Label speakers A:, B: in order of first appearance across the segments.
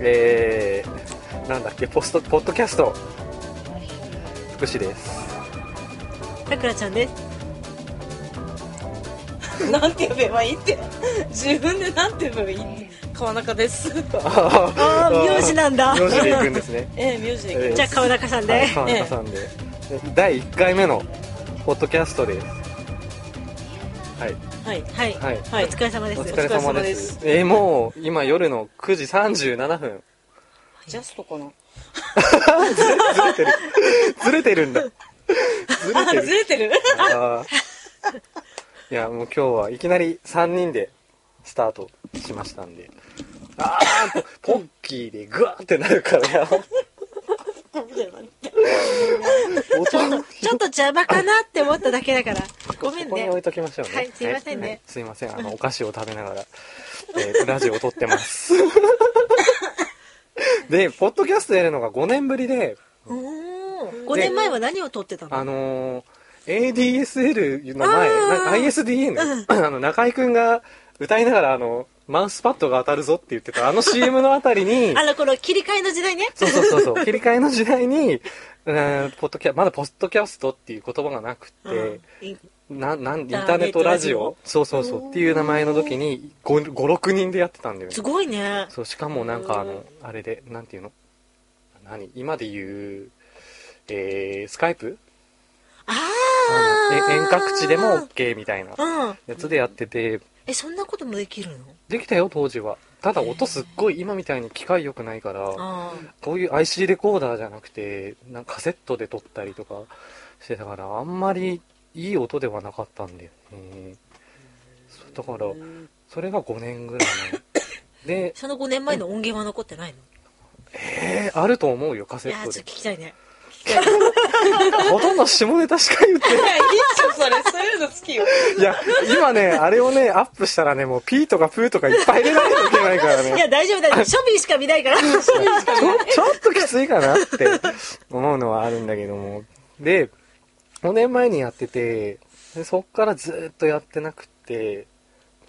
A: えー、なんだっけポスト、ポッドキャスト、福祉 です。
B: さくらちゃんです。なんて呼べばいいって。自分でなんて呼べばいいって。川中です。
A: あ
B: あー名字なんだ
A: 名字で行くんですね。
B: ええ、ミュージ
A: え
B: ッ
A: え
B: ク。じゃあ川中さん
A: は
B: で
A: い、。川中さんで。第1回目の、ポッドキャストです。はい。
B: はい、はい、
A: は
B: はいい、お疲れ様です。
A: お疲れ様です。えー、もう、今夜の9時37分。
B: ジャストかな。
A: ずれてる。ずれてるん だ。ずれ
B: あ、
A: て
B: ず
A: る。
B: れてる。
A: あーいや、もう今日はいきなり3人でスタートしましたんで。あーポッキーでグワーってなるからやばい、音、
B: ちょっと邪魔かなって思っただけだから。ごめん
A: ここに
B: ね
A: 置。いときましょうね。
B: はいすいませんね
A: はいすいません。 あの、お菓子を食べながら、えーラジオを撮ってます。で、ポッドキャストやるのが5年ぶりで、
B: 5年前は何を撮ってた
A: あ
B: の
A: のー、ADSL の前、
B: あー
A: な ISDN、あの、中井くんが歌いながら、あの、マウスパッドが当たるぞって言ってた、あの CM のあたりに
B: あ、の頃、切り替えの時代ね。
A: そうそうそうそう、切り替えの時代に、うーんポッドキャまだポッドキャストっていう言葉がなくて、
B: うんい
A: ななんイン
B: タ
A: タ
B: ーネット
A: ーネットラジオ
B: ラジ
A: そうそうそうっていう名前の時に56人でやってたんだよね
B: すごいね。
A: そうしかもなんかあの
B: うん
A: あれでなんていうの何今で言うえー、スカイプ
B: あ
A: あの
B: あ。
A: え遠隔地でも OK みたいな
B: うん。
A: やつでやってて
B: え、そんなこともできるの
A: できたよ当時はただ音すっごい今みたいに機械良くないから
B: あ
A: こういう IC レコーダーじゃなくてなんかカセットで撮ったりとかしてたからあんまりいい音ではなかったんだよねそうだから
B: あ。うん
A: それが5年ぐらい前で、
B: その5年前の音源は残ってないの
A: えー、あると思うよ、カ
B: い
A: セ
B: や
A: ッ
B: ー、
A: ト
B: ち
A: で
B: ょっと。聞きたいね。
A: ほとんど下ネタしか言って
B: いや、いいじゃん、それ。そういうの好きよ。
A: ない。いや、今ね、あれをね、アップしたらね、もうピーとかプーとかいっぱい入れないといけないから
B: い
A: ね。
B: や、大丈夫、大丈夫。庶民しか見ないから。
A: ちょ、ちょっときついかなって思うのはあるんだけども。で、5年前にやってて、でそっからずーっとやってなくって、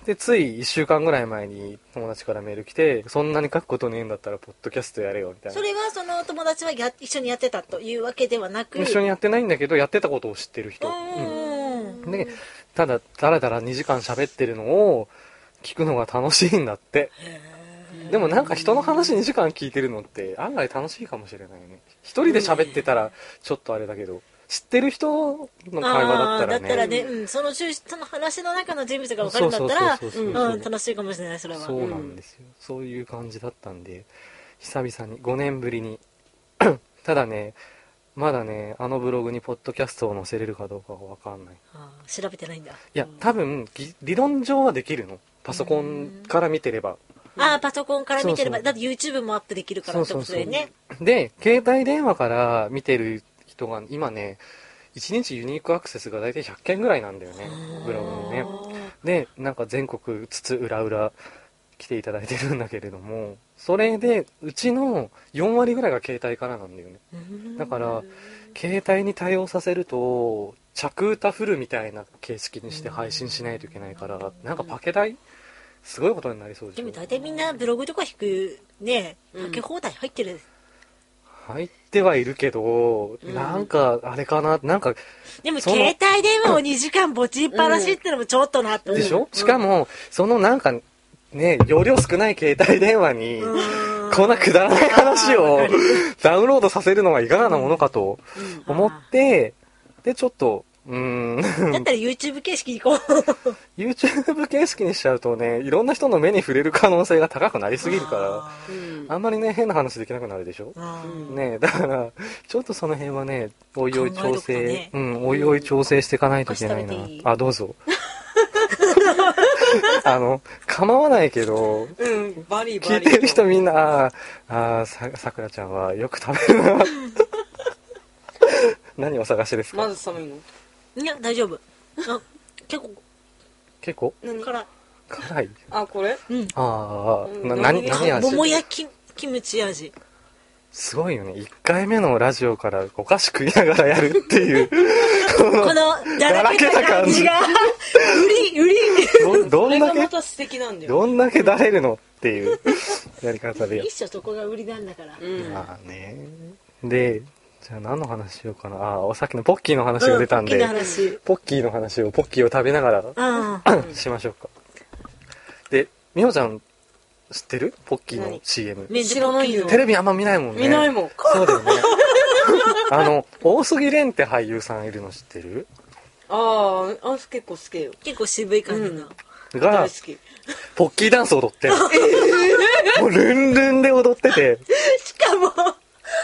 A: で、つい1週間ぐらい前に友達からメール来て、そんなに書くことねえんだったら、ポッドキャストやれよ、みたいな。
B: それはその友達はや一緒にやってたというわけではなく
A: 一緒にやってないんだけどやってたことを知ってる人、
B: うん
A: うんでただだらだら2時間喋ってるのを聞くのが楽しいんだってでもなんか人の話2時間聞いてるのって案外楽しいかもしれないね一人で喋ってたらちょっとあれだけど知ってる人の会話だっ
B: ああ
A: た
B: だ
A: ら
B: っ
A: ね
B: たらね、うん、その収その話の中の人物が分かるんだったら
A: そうそうそううそうん
B: 楽しいかもしれないそれは
A: そうなんですよ、そういう感じだったんで久々に5年ぶりに ただねまだねあのブログにポッドキャストを載せれるかどうかは分かんない
B: あー調べてないんだ
A: いや、多分、ぎ理論上はできるの。パソコンから見てれば。
B: ああパソコンから見てれば
A: そうそう
B: だって YouTube もアップできるからってことだよね
A: で、携帯電話から見てる人が、今ね、1日ユニークアクセスが大体100件ぐらいなんだよね、ブログのね。で、なんか全国津々浦々来ていただいてるんだけれども、それで、うちの4割ぐらいが携帯からなんだよね。
B: うん
A: だから携帯に対応させると着歌フルみたいな形式にして配信しないといけないからなんかパケ代すごいことになりそうじ
B: で
A: ゃ
B: も
A: ん
B: 大体みんなブログとか引くねかけ放題入ってる
A: 入ってはいるけどなんかあれかななんか
B: でも
A: その
B: 携帯電話を2時間ぼちっぱなしってのもちょっとなって思う
A: でしょしかもそのなんかね容量少ない携帯電話に
B: うん
A: こんなくだらない話をダウンロードさせるのはいかがなものかと思ってでちょっとうーん
B: だったら YouTube 形式行こう
A: YouTube 形式にしちゃうとね、いろんな人の目に触れる可能性が高くなりすぎるか
B: あ
A: ら、あんまりね、変な話できなくなるでしょ
B: ー
A: ねえだから、ちょっとその辺はね、おいおい調整、
B: 考えとくと
A: うん、おいおい調整していかないといけないな。
B: お菓子食べていい
A: あ、どうぞ。 あの、構わないけど、
C: うん、バリバ
A: 聞い
C: リ。
A: てる人みんな、あーあー、さ、さくらちゃんはよく食べる な。何お探しですか、
C: まず寒いの
B: いや大丈夫あ結構
A: 結構
C: 何
B: 辛い
A: 辛い
C: あ、これ
B: うん
A: ああ、
C: うん
A: な、何、
C: 何
A: 何味
B: 桃焼きキムチ味
A: すごいよね。1回目のラジオからお菓子食いながらやるっていう。
B: このだらけた感じが 売り売り
A: どど
C: これ
A: ん
C: が
A: だ
C: ま
A: け、
C: た素敵なんだよ
A: どんだけだれるのって いうやり方でやっ
B: 一緒そこが売りなんだから、
C: うん
A: まあね。で、じゃあ何の話しようかな。ああ、さっきのポッキーの話が出たんで、
B: うんポッキーの話
A: ポッキーの話を、ポッキーを食べながら
B: あ
A: しましょうか。で、みほちゃん、知ってるポッキーの
C: 何
A: CM。
B: あ
C: 知らないよ
A: テレビあんま見ないもんね。
C: 見ないもん
A: そうだよね。 あの、大杉蓮って俳優さんいるの知ってる
C: あああ結構好きよ
B: 結構渋い感じの、
C: うん
A: が
C: 大好、き
A: ポッキーダンス踊ってんの。もうルンルンで踊ってて、
B: しかも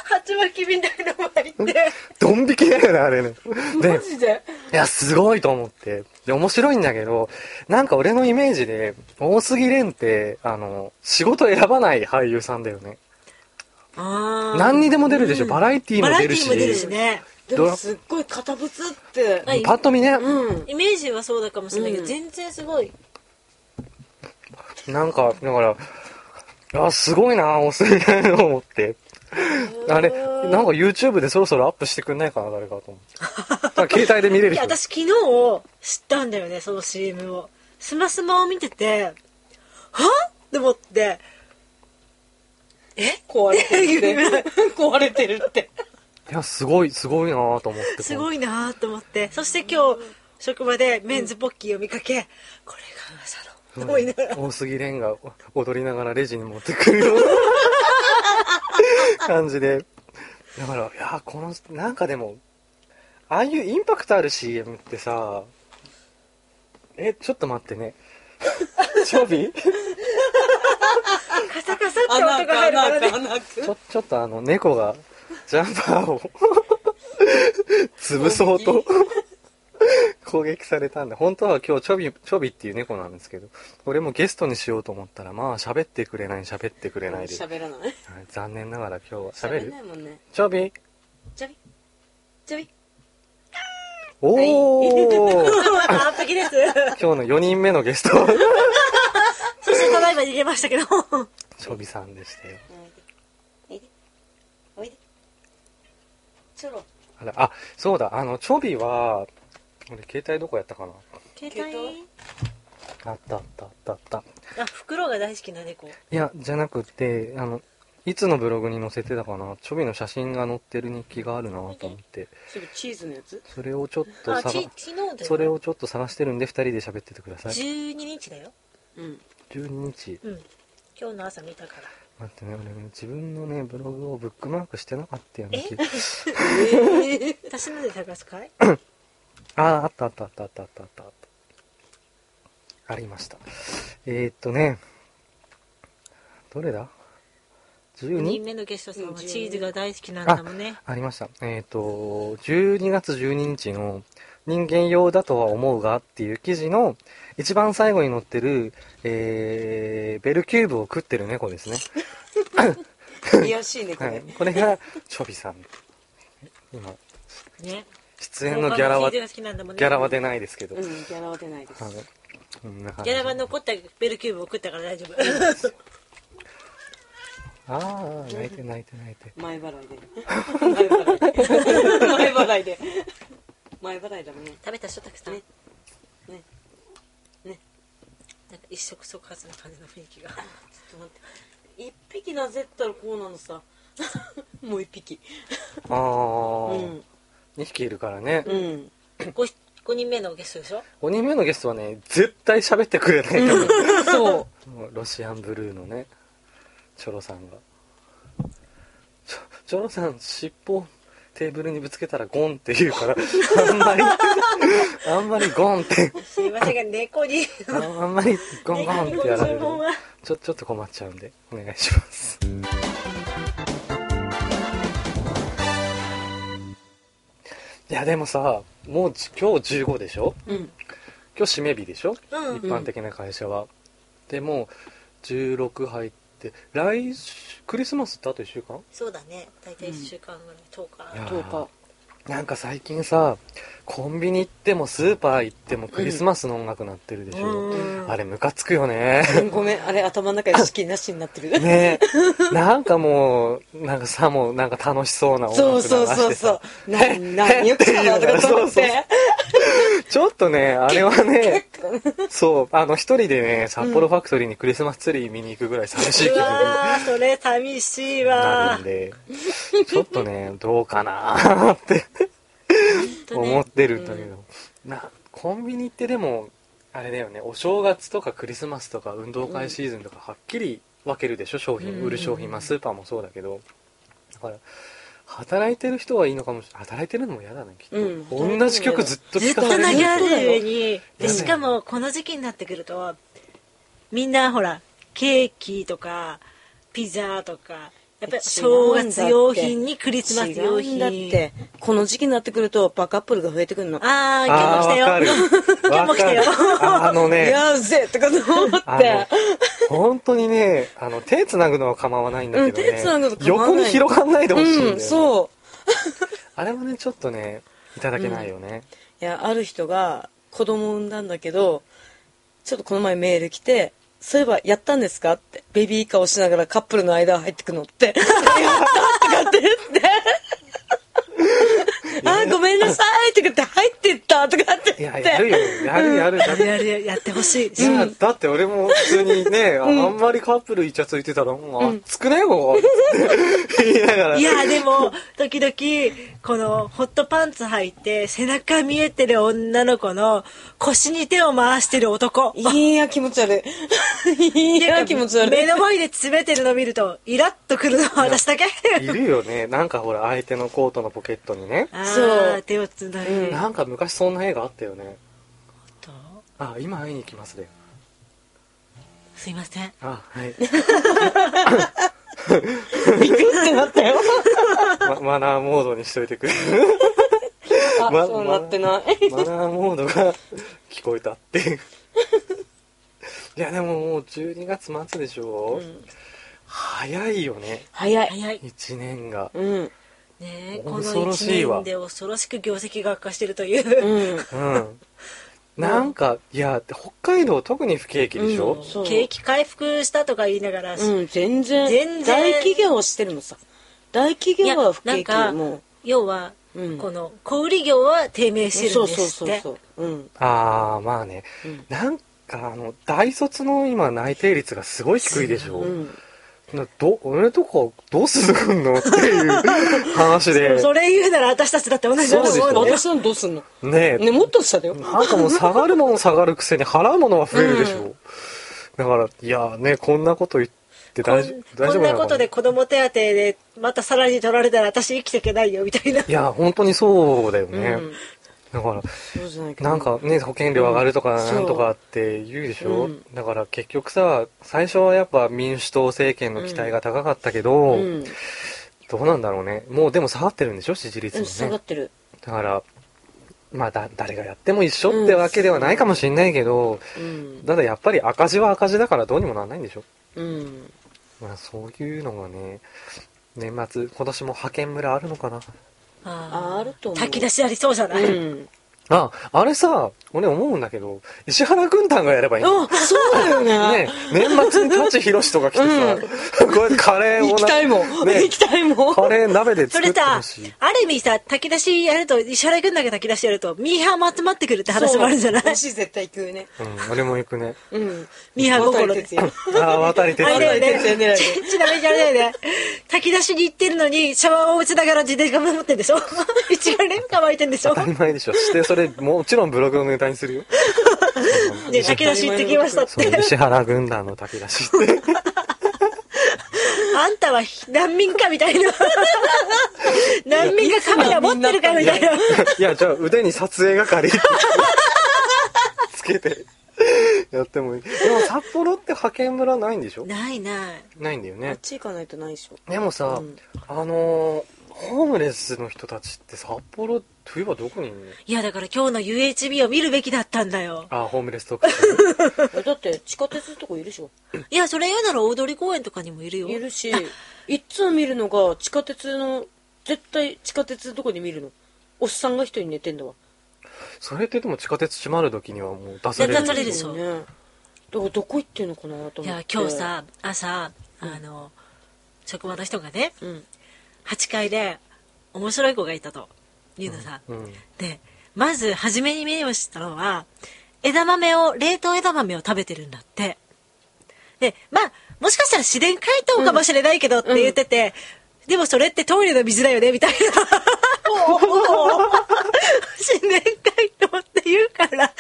B: 鉢巻きみたいなの巻いて
A: ドン引きだよね、あれね。で
C: マ、ジで
A: いや、すごいと思って。で、面白いんだけど、なんか俺のイメージで、大杉蓮って、あの、仕事選ばない俳優さんだよね。
B: あ
A: 何にでも出るでしょ。
B: うん
A: バラエティー
B: バ
A: も
B: ラエ
A: 出る
B: ティー
A: し。
B: も出るしね
C: でもすっごい堅物って
B: はい
A: パッと見ね、
C: うん
B: イメージはそうだかもしれないけど、
C: うん
B: 全然すごい
A: なんか、だから、あ、すごいな、大杉蓮と思って。あれ、なんか YouTube でそろそろアップしてくんないかな、誰かと思って。だから携帯で見れる
B: いや
A: 人。
B: 私昨日知ったんだよねその CM をスマスマを見ててはって思って
C: 壊れてるって 壊れてるって
A: いや、すごい、すごいなと思って。
B: すごいなーと思ってそして今日職場でメンズポッキーを見かけ、これが噂
A: う
B: の
A: ん
B: と思いながら
A: 大杉蓮が踊りながらレジに持ってくるよう な感じで。だから、いや、この、なんかでも、ああいうインパクトある CM ってさ、え、ちょっと待ってね。 チョビ
B: カサカサって音が入る からね
C: 穴
A: ち
C: く
A: ょ、ちょっとあの、猫が、ジャンパーを、潰そうと、攻撃されたんで、本当は今日、チョビ、チョビっていう猫なんですけど、俺もゲストにしようと思ったら、まあ、喋ってくれない、喋ってくれないで。
C: 喋らない
A: はい残念ながら今日は、喋
C: 喋ん
A: る
C: ないもんね
A: チョビ
C: チョビチョビ
A: おー
B: 完璧 です
A: 今日の4人目のゲ スト、
B: そしてただいま逃げましたけど
A: チョビさんでしたよ。
C: おいでおいでチョロ
A: あら、あ、そうだ、あの、チョビは、俺、携帯どこやったかな
B: 携
C: 携
B: 帯
C: 帯
A: あったあったあったあった。
B: あ袋が大好きな猫
A: いや、じゃなくて、あの、いつのブログに載せてたかな、チョビの写真が載ってる日記があるなと思って、
C: それチーズのやつ
A: それをちょっと
B: あ
A: 探
B: ち、昨日だよ
A: それをちょっと探してるんで、二人で喋っててください。
B: 12日だよ
C: うん
A: 12日。
B: うん今日の朝見たから
A: 待ってね、俺ね、自分のね、ブログをブックマークしてなかったよね。
B: 私ので探すかい
A: ああ、あったあったあったあったあったあった。ありました。えー、っとね、どれだ
B: 2
A: ?12?
B: 人目のゲストさんはチーズが大好きなんだもんね
A: ありました。えっ、と、12月12日の人間用だとは思うがっていう記事の一番最後に載ってる、えー、ベルキューブを食ってる猫ですね。
C: 癒やしいねこ
A: は
C: れ
A: い。これが、チョビさん。今、
B: ね
A: 出演のギャラは、
B: チーズ
A: ギ
B: が好きなんだもんね
A: ャラは出ないですけど。
C: う
A: はい
C: んギャラは出ないです
A: こんな感
B: ギ
A: じ
B: ャラは残ったベルキューブを食ったから大丈夫
A: ああ、泣いて泣いて泣いて。
C: 前払いで 前払いで前払いで前払いだもんね
B: 食べた人たくさんなん
C: ね
B: か
C: ね
B: 一触即発な感じの雰囲 気が
C: ちょっと待って一匹なぜったらこうなのさ もう一匹
A: ああ、
C: うん
A: 2匹いるからね。
C: うん
B: 5, 人目のゲストでしょ
A: 5人目のゲストはね、絶対喋ってくれないと思う。
C: そう
A: もうロシアンブルーのねチョロさんがちょチョロさん尻尾をテーブルにぶつけたらゴンって言うからあんまりあんまりゴンって
B: すいませんが猫に
A: ああんまりゴンゴンってやられる
B: 注文は
A: ちょちょっと困っちゃうんでお願いしますいやでもさもうじ今日15でしょ
C: うん
A: 今日締め日でしょ
B: うん
A: 一般的な会社は、でも16入って来週クリスマスってあと1週間
B: そうだね大体1週間ぐらい10日
A: いや
C: 10日
A: なんか最近さコンビニ行ってもスーパー行ってもクリスマスの音楽なってるでしょ、
B: うん
A: あれムカつくよね
C: ごめん、あれ頭の中で資金なしになってる。
A: ねえなんかもうなんかさもうなんか楽し そうな音楽
C: そ
A: 流して
C: う
A: さ
C: そうそうそう。 な、な、よくかなとかと思っ
A: そうそう
C: て。
A: ちょっとねあれはねそうあの一人でね札幌ファクトリーにクリスマスツリー見に行くぐらい寂しい気分
B: う
A: に
B: わーそれ寂しい
A: な
B: わ
A: るんでちょっとねどうかなって
B: とね
A: 思ってるんだけど、なコンビニってでもあれだよねお正月とかクリスマスとか運動会シーズンとかはっきり分けるでしょ商品、
C: うん
A: 売る商品まあスーパーもそうだけどだから働いてる人はいいのかもしれない働いてるのも嫌だねきっと、
C: うん
A: 同じ曲ずっと
B: ずっ
A: 聴
B: と
A: か
B: 投
A: され
B: げ
A: てる
B: られる上に
A: う
B: で
A: ん
B: しかもこの時期になってくるとみんなほらケーキとかピザとかやっぱり正月用品にクリスマス用
C: 違うん
B: 品
C: だって。この時期になってくるとバカップルが増えてくるの。
B: ああ今日も
A: あ
B: 来たよ
A: あーわかる
B: 今日も来たよ
A: わかるあのね
C: やうぜとかと思っ
A: あ
C: て。
A: の、本当にね、あの、手繋ぐのは構わないんだけどね。
C: うん手繋ぐの構わない
A: 横に広がんないでほしいんだよ、ね
C: うん、そう。
A: あれはね、ちょっとね、いただけないよね。
C: いやある人が子供を産んだんだけどちょっとこの前メール来て「そういえばやったんですか?」ってベビーカーをしながらカップルの間入ってくのって「やった!」とかって言って「あーごめんなさい」とかって入ってったとかって
A: い
C: 言っ
A: や、
C: て
A: やるよ。やるやる。やる
B: やるやるやってほしい
A: いやだって俺も普通にね、ああんまりカップルイチャついてたら、もう、あつくねえここって言いながら。
B: いやでも時々このホットパンツ履いて背中見えてる女の子の腰に手を回してる男
C: いや気持ち悪いいや気持ち悪い
B: 目の前で詰めてるの見るとイラッとくるのは私だけ
A: いるよね。なんかほら、相手のコートのポケットにね。
B: あ
C: そう
B: ー手をつなぐ、
C: うん
A: なんか昔そんな映画あったよね。あ、今会いに行きますで。
B: すいません
A: あ、はい。
C: ビクってなったよ
A: まマナーモードにしといて くれる。
C: あ、
A: ま
C: そうなってない
A: マナーモードが聞こえたっていういやでももう12月末でしょ、早いよね
C: 早い
B: 早い
A: 1年が
C: うん
B: ねえこの
A: 恐ろしい
B: 1
A: わ
B: 年で恐ろしく業績が悪化してるという、
C: うん
A: うんなんかいや北海道特に不景気でしょ、
C: そう
B: 景気回復したとか言いながら、
C: うん、全然
B: 全然
C: 大企業はしてるのさ大企業は不景気
B: いやなんか
C: も
B: 要は、
C: うん
B: この小売業は低迷
C: う
B: してるんですって
C: そうそうそうそううん
A: ああまあね、
C: うん
A: なんかあの大卒の今内定率がすごい低いでしょ、
C: うん
A: など俺とかどうするのっていう話で
B: それ言うなら私たちだって同じだと思うんだよ
C: 私のどうすんの
A: ねえ
C: ねもっと下だよ
A: なんかもう下がるもの下がるくせに払うものは増えるでしょ。だから、いやーね、こんなこと言って
B: こん
A: 大丈大
B: こ
A: 丈夫
B: ん
A: な
B: な
A: の
B: こ
A: かな
B: とで子供手当でまたさらに取られたら私生きていけないよみたいない
A: や、本当にそうだよね。
C: うん
A: だから、
C: そうじゃないけど
A: なんかね、保険料上がるとか
C: うん
A: なんとかって言うでしょ。
C: うん
A: だから結局さ、最初はやっぱ民主党政権の期待が高かったけど、
C: うん
A: どうなんだろうね。もうでも下がってるんでしょ、支持率も
C: 下が
A: ね
C: っ。てる
A: だから、まあだ、誰がやっても一緒ってわけではないかもしれないけど、
C: うん
A: ただやっぱり赤字は赤字だからどうにもならないんでしょ。
C: うん
A: まあそういうのがね、年末、今年も派遣村あるのかな。
C: ああると思う
B: 炊き出しありそうじゃない、
C: うん
A: あ、あれさ、俺思うんだけど、石原軍団がやればいいの。
C: あそうだよね
A: ね、年末に舘ひろしとか来てさ、こうやってカレーを
C: 行
A: な
C: きたいもん
A: ね
C: 行きたいもん
A: カレー鍋で
B: そ
A: 作
B: れ
A: って
B: さ
A: ほしい。
B: ある意味さ炊き出しやると石原軍団が炊き出しやるとミーハーも集まってくるって話もあるんじゃない
C: そう私絶対行くね
A: うん、俺も行くね。
C: うん
B: ミーハー心で
C: 渡哲也
A: あー、渡りて
B: あれだよ
C: あれだよね
B: ね。ちちなみにあれだよね。炊き出しに行ってるのに、シャワーを打ちながら自転車持ってんでしょ 一眼レンカ巻いてんでしょ
A: 当たり前でしょ。して、それ、もちろんブログのネタにするよ。
B: で、炊き出し行ってきましたっ
A: そう、
B: て。
A: 石原軍団の炊き出しって。
B: あんたは難民かみたい な。難民がカメラ持ってるかみたいな。
A: いや、じゃあ腕に撮影係つけてやってもいい。でも札幌って派遣村ないんでしょ
B: ないない。
A: ないんだよ
C: あっ
A: ね。
C: ち行かないとないでしょ
A: でもさ、
C: うん
A: あのーホームレスの人たちって札幌、冬はどこにいるの
B: いや、だから今日の UHB を見るべきだったんだよ。
A: あ、ホームレス特集。
C: えだって地下鉄とかいるでしょ
B: いや、それ言うなら大通公園とかにもいるよ。
C: いるしいっつも見るのが地下鉄の絶対地下鉄どこで見るのおっさんが一人寝てんだわ
A: それってでも地下鉄閉まる時にはもう出される。
B: 出されるでしょ
C: ねだからどこ行ってんのかなと
B: い
C: 思っ
B: や
C: てい
B: 今日さ朝あの、職場の人がね
C: うん
B: 8階で面白い子がいたというのさ、
A: うん。
B: でまず初めに目をしたのは枝豆を冷凍枝豆を食べてるんだってでまあもしかしたら自然解凍かもしれないけどって言ってて、でもそれってトイレの水だよねみたいな 自然解凍って言うから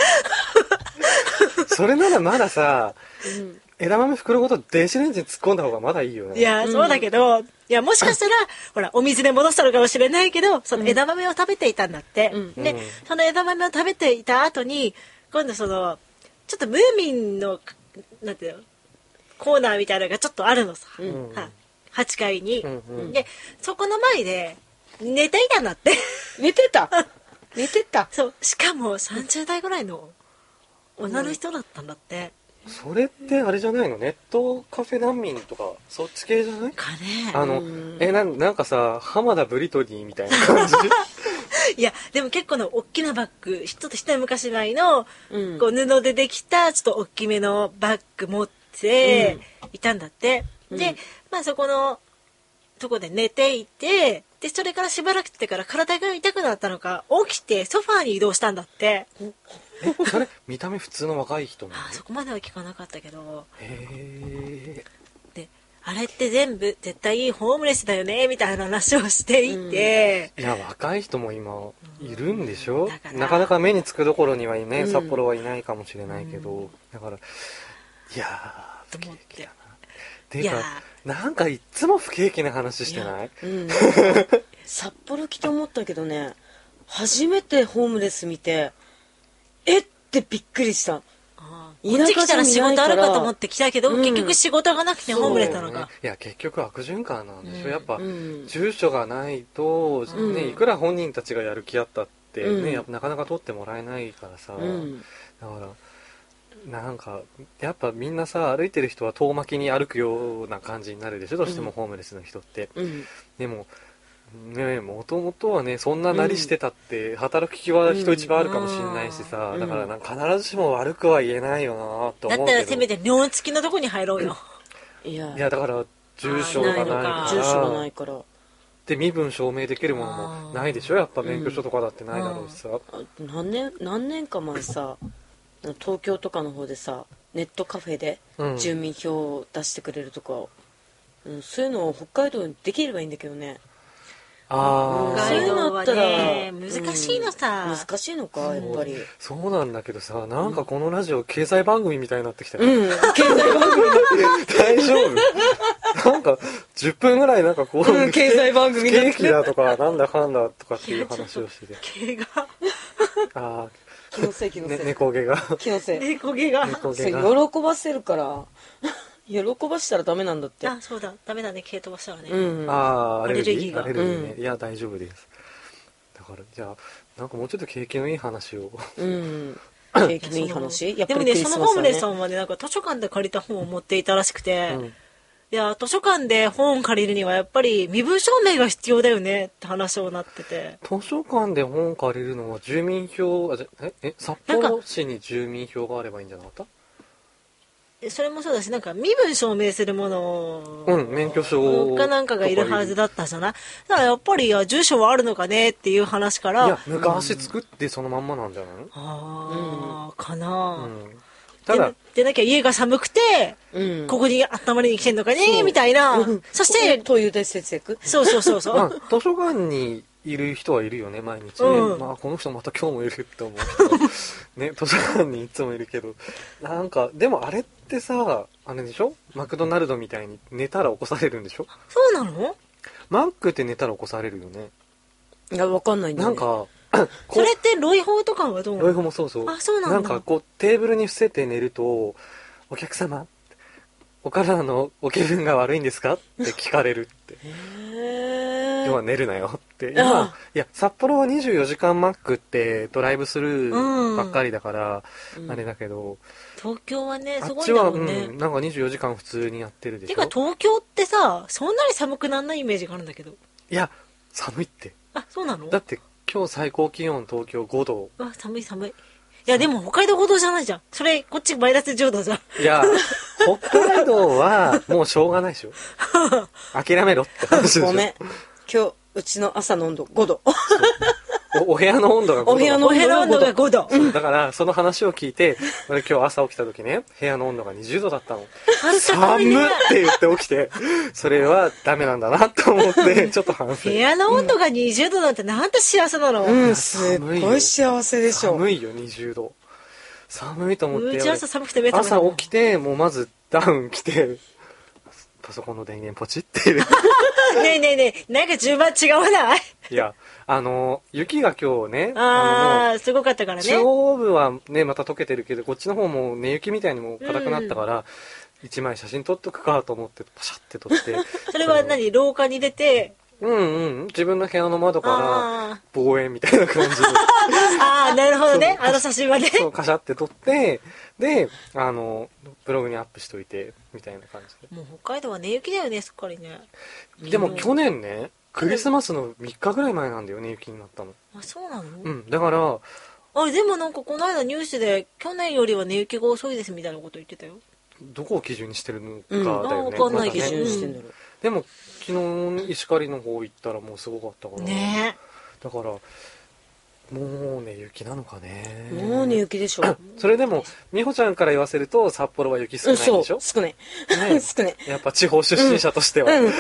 A: それならまださ、
C: うん
A: 枝豆袋ごと電子レンジに突っ込んだ方がまだいいよね。
B: いや、そうだけど、いや、もしか したら、ほら、お水で戻したのかもしれないけど、その枝豆を食べていたんだって。
C: うん
B: で
A: うん、
B: その枝豆を食べていた後に、今度その、ちょっとムーミンの、なんていうの、コーナーみたいなのがちょっとあるのさ。
A: ん
B: は8階に、
A: うんうん
B: で、そこの前で、寝ていたんだって。
C: 寝てた寝てた
B: そう。しかも、30代ぐらいの女の人だったんだって。
A: それってあれじゃないのネットカフェ難民とか、そっち系じゃない
B: かね。
A: あの
C: うん、
A: え、なんなんかさ、浜田ブリトニーみたいな感 じ。
B: いや、でも結構の大きなバッグ、一つ一昔前の、
C: うん
B: こう布でできた、ちょっと大きめのバッグ持っていたんだって。
C: うん
B: で、まあそこのとこで寝ていて、で、それからしばらくしてから体が痛くなったのか、起きてソファーに移動したんだって。
A: え、それ、見た目普通の若い人なの
B: ああ、そこまでは聞かなかったけど、
A: へ
B: で、あれって全部絶対ホームレスだよね、みたいな話をしていて、
A: え。いや、若い人も今、いるんでしょ
B: だから
A: なかなか目につくどころにはね、
C: うん
A: 札幌はいないかもしれないけど、
B: う
A: だから、いやー、
B: と
A: 不
B: 思っ
A: 景
B: て
A: 気だな。てい
B: いうや
A: か、なんかいっつも不景気な話してない
C: うん札幌来て思ったけどね初めてホームレス見てえってびっくりした
B: ああ
C: 田
B: こっ
C: 舎
B: ち来たら仕
C: じゃ見
B: 事
C: ない
B: あ
C: から
B: るかと思って来たけど、
C: うん
B: 結局仕事がなくて
C: そう
B: ホームレスなのか。
A: いや結局悪循環なんでしょ、
B: うん
A: やっぱ、
C: うん
A: 住所がないと、
B: うん
A: ね、いくら本人たちがやる気あったって、ね
C: うん
A: やっぱなかなか取ってもらえないからさ、
C: うん
A: だからなんかやっぱみんなさ歩いてる人は遠巻きに歩くような感じになるでしょどうして
C: う
A: も
C: ん
A: ホームレスの人って、
C: うん
A: でもねもともとはねそんななりしてたって、働く気は人一倍あるかもしれないしさ、
C: うん
A: だからなんか必ずしも悪くは言えないよなと
B: だ
A: 思うけど
B: ったらせめて尿付きのとこに入ろうよ。
C: いや
A: いやだから住所がないか
B: あーな
A: ら
B: いのか
C: 住所がないから
A: で身分証明できるものもないでしょやっぱ免許証とかだってないだろうしさ、
C: あ何年何年か前さ東京とかの方でさネットカフェで
A: うん
C: 住民票を出してくれるとか、うんそういうのを北海道にできればいいんだけどね
A: あ
B: ん
A: あ、
C: そういうのあった
B: 北
C: ら、
B: 海道はね難しいのさ
C: うん難しいのかやっぱり
A: そうなんだけどさなんかこのラジオ経済番組みたいになってきたよ、
C: うん経済番
A: 大丈夫なんか10分ぐらいなんかこう、
C: 組、うん、経済番組
A: 不
C: にな
A: 景
C: っ
A: 気
C: て
A: だとかなんだかんだとかっていう話をしてて
B: 毛が、
A: あ
C: 気のせい気
A: あ、
C: のせ
A: ね、
C: い、
A: 猫 毛が
C: 気のせい
B: 猫毛が。
A: 猫
C: そ
A: 毛
C: れ
A: が
C: 喜ばせるから 喜ばしたらダメなんだって
B: あ、そうだ。ダメだね、毛飛ばしたらね。
C: うん
A: ああアレルギー
B: ア
A: ア
B: レ
A: レ
B: ル
A: ル
C: ギ
A: ギ
C: ーが
A: ーね、いや大丈夫ですだからじゃあなんかもうちょっと景気のいい話を
C: うん景気のいい話やっぱ
B: でも
C: り
B: ね、
C: クリ
B: そ
C: ス
B: の
C: マ
B: ホー
C: ス
B: ム
C: だ
B: レ
C: ね
B: スさんはね、なんか図書館で借りた本を持っていたらしくて、
A: うん
B: いや、図書館で本を借りるにはやっぱり身分証明が必要だよねって話をなってて。
A: 図書館で本借りるのは住民票あじゃええ札幌市に住民票があればいいんじゃなかった
B: でそれもそうだし、なんか身分証明するもの
A: うん免許証
B: かなんかがいるはずだったじゃないだからやっぱり、いや、住所はあるのかねっていう話か
A: い
B: ら、
A: や昔作ってそのまんまなんじゃないの、
B: ああ、かな、
A: うん、ただ
B: ででなきゃ家が寒くて、
C: うん
B: ここに温まりに来てんのかねみたいな、そして
C: 灯油で節約
B: そうそうそうそ
A: まあ
B: う、
A: 図書館にいる人はいるよね毎日ね、
B: うん
A: まあこの人また今日もいるって思う人ね図書館にいつもいるけどなんかでもあれってさあれでしょマクドナルドみたいに寝たら起こされるんでしょ
B: そうなの
A: マックって寝たら起こされるよね
C: いやわかんないんだ
A: な
C: よ
A: ん
C: ね
A: か
B: そ
A: こ
B: れってロイホーとかはどうな
A: ロイ
B: の
A: ホもそうそう
B: あそうなんだ
A: かこうテーブルに伏せて寝ると「お客様お体のお気分が悪いんですか?」って聞かれるって
C: へー
A: 要は寝るなよって
C: あ
A: 今いや札幌は24時間マックってドライブスルーばっかりだから、
C: うん
A: あれだけど、
B: 東京はね
A: あ
B: す
A: っ
B: ごい
A: ち
B: んだ
A: は、
B: もんね、
A: うん、なんか24時間普通にやってるで
B: て
A: し
B: か
A: ょ
B: 東京ってさそんなに寒くなんないイメージがあるんだけど
A: いや寒いって
B: あそうなの
A: だって今日最高気温東京5度。
B: うわ、寒い寒い。いや、でも北海道ほどじゃないじゃん。それ、こっちマイナス10度じゃん。
A: い や、北海道はもうしょうがないでしょ。諦めろって話でしょ。
C: ごめん。今日、うちの朝の温度5度。
A: お。お部屋の温度が5度。
C: お部屋の
B: お部屋の温度が5度。
A: そうだから、その話を聞いて、俺今日朝起きた時ね、部屋の温度が20度だったの。
B: あんた
A: 寒
B: こいね
A: っって言って起きて、それはダメなんだなと思って、ちょっと反省
B: 部。屋の温度が20度なんてなんて幸せなの。
C: う、
B: うん
C: すっごい幸せでしょ。
A: 寒いよ、20度。寒いと思って。
B: ち朝寒くて目覚めた
A: 朝起きて、もうまずダウン着て、パソコンの電源ポチって入れて。
B: ねえねえねえ、なんか順番違わない
A: いや、あの、雪が今日ね、
B: あ
A: の、
B: あ、すごかったからね。
A: 中央部はね、また溶けてるけど、こっちの方も寝雪みたいにもう硬くなったから、一枚写真撮っとくかと思って、パシャって撮 って。
B: それは何廊下に出て、
A: うんうん、自分の部屋の窓か
B: あ
A: ら、望遠みたいな 感じで。
B: ああ、なるほどね。あの写真はね。
A: そう、カシャって撮って、で、あの、ブログにアップしといて、みたいな感じ
B: もう北海道は寝雪だよね、すっかりね。
A: で。でも去年ね、クリスマスの3日ぐらい前なんだよね、雪になったの。
B: あ、そうなの、
A: うん、だから、
B: あれ、でもなんかこの間ニュースで、去年よりは寝雪が遅いですみたいなこと言ってたよ。
A: どこを基準にしてるのかだ
C: う
A: よ
C: ん
A: ね。
B: あわかんないけ
A: ま
B: ど
A: だね
B: うん
C: だろ
A: でも、昨日、石狩の方行ったらもうすごかったから。
B: ね
A: だから、もうね、雪なのかね。
C: う。もうね、雪でしょ。
A: それでも、美穂ちゃんから言わせると、札幌は雪少
C: う
A: ない
C: ん、
A: んでし
C: そ
A: ょ
C: う。少ない。
A: ね
C: 少ない。
A: やっぱ地方出身者としては。
C: うん。
B: え。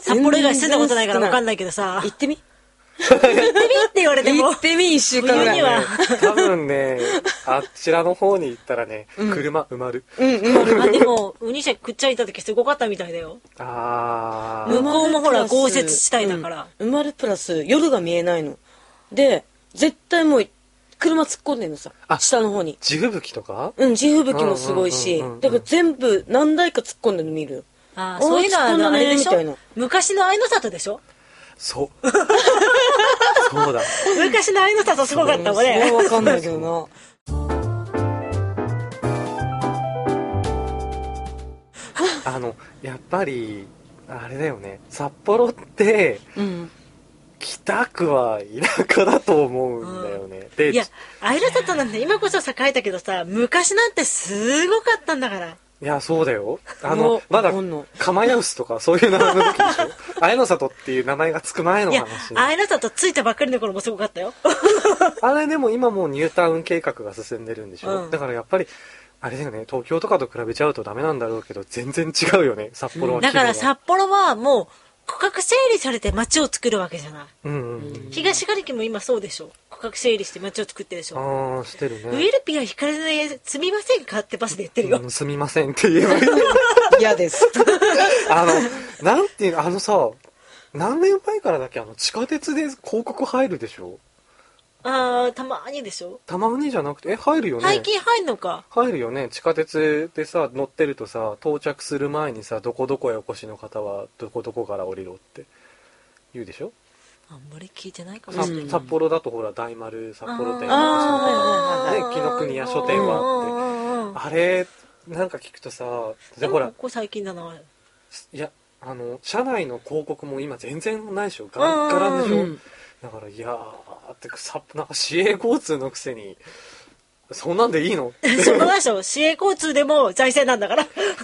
B: 札幌以外住んだことないからわかん
C: ない。
B: ないけどさ、
C: 行
B: 行っ
C: ってみ
B: てみって言われて
C: 行
B: も
C: っ。てみ、一週間ぐ
B: 冬
C: ら
B: に
C: い。
B: は
A: 多分ね、あちらの方に行ったらね、
C: うん
A: 車埋まる。
C: うん、うん。
B: あ、でも、ウニシェ食っちゃいた時すごかったみたいだよ。
A: あ
B: 向
A: ー。
B: こうもほら豪雪地帯だから
C: うん埋まるプラス夜が見えないので絶対もう車突っ込んでんのさ
A: あ
C: 下の方に
A: 地吹雪とか
C: うん地吹雪もすごい
A: うん
C: し
A: うんうんうん
C: だから全部何台か突っ込んでるの見るよ
B: あ
C: あ
B: あ、そういうのはあの、
C: 突っ込んだ
B: あ
C: ね
B: れでし
C: みたいな
B: ょ昔の愛の里でしょ
A: そう。 そうだ。
B: 昔の愛の里すごかったもん
C: それ
B: ね。
C: はわかんないけどな
A: あの、やっぱり、あれだよね。札幌って、
C: うん
A: 北区は田舎だと思うんだよね。で
B: いや、愛の里なんて今こそ栄えたけどさ、昔なんてすごかったんだから。
A: いや、そうだよ。あ
C: も
A: の
C: う、
A: まだ
C: わかんない、
A: 釜屋臼とかそういう名前の時でし ょ。綾の里っていう名前がつく前の
B: いや
A: 話、。
B: 愛の里ついたばっかりの頃もすごかったよ。
A: あれでも今もうニュータウン計画が進んでるんでしょ。
B: うん
A: だからやっぱり、あれだよね、東京とかと比べちゃうとダメなんだろうけど、全然違うよね、札幌は。
B: だから
A: 規模が、
B: 札幌はもう、区画整理されて街を作るわけじゃない。
A: うんうんうん。
B: 東狩木も今そうでしょ。区画整理して街を作ってるでしょ。
A: ああ、してる
B: ウ
A: ね
B: ィ。ルピア光の家住みませんかってバスで言ってるよ
A: う。んすみませんって言えばいい。
C: 嫌です
A: あの、なんていう、あのさ、何年前からだっけ、あの、地下鉄で広告入るでしょ
B: ああ、たまーにでしょ。
A: たまにじゃなくて、え、入るよね。
B: 最近入んのか。
A: 入るよね地下鉄でさ乗ってるとさ到着する前にさどこどこへお越しの方はどこどこから降りろって言うでしょ、
B: あんまり聞いてないかも
A: さ
B: しれない。
A: 札幌だとほら大丸札幌店
C: あー
A: ね紀ノ国屋書店はあ
B: はあって。
A: れなんか聞くとさで
B: で
A: ほ
B: も
A: ら
B: ここ最近だな。
A: いやあの社内の広告も今全然ないでしょガラッガラでしょ、
C: うん
A: だからいやーってさなんか市営交通のくせにそんなんでいいの
B: そこでしょ。市営交通でも財政なんだか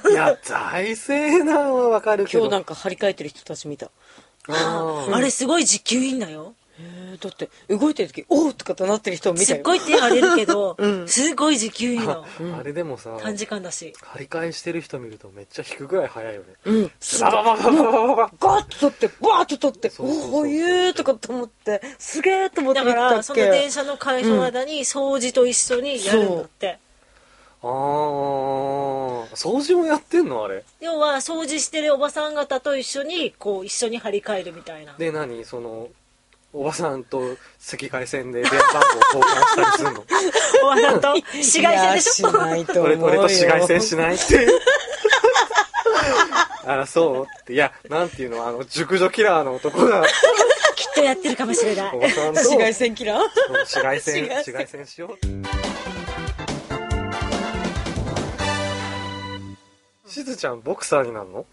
B: ら。
A: いや財政なんはわかるけ
C: 今
A: ど
C: 日なんか張り替えてる人たち見た
A: あー
B: あれすごい時給いいんだよ。
C: えーだって動いてる時おおとかってなってる人を見た
B: す
C: よ
B: っごい手荒れるけど
C: う、ん
B: すごい時給いい の。
A: あれでもさ、
B: 短時間だし。
A: 張り返してる人見るとめっちゃ引くぐらい早いよね。
C: うんす
A: バババババババ
C: ガッと取ってバーッと取って
A: そうそうそうそう
C: おおゆーとかと思ってすげーと思って
B: だ
C: 見て
B: か
C: たっけ
B: ら、その電車の会の間に掃除と一緒にやるんだって。
A: あー、掃除もやってんのあれ。
B: 要は、掃除してるおばさん方と一緒に、こう、一緒に張り替えるみたいな。
A: で、何その、おばさんと赤外線で電話番号交換したりするの
B: おばさん と、紫外線でしょ
C: いやしないと思う
A: 俺
C: よ
A: と俺と紫外線しないって。あら、そうって。いや、なんていうのあの、熟女キラーの男が、
B: きっとやってるかもしれない
A: お。ばさんと
C: 紫外線キラー
A: 紫外線、
C: 紫
A: 紫
C: 外
A: 外線しよう。しずちゃんボクサーになるの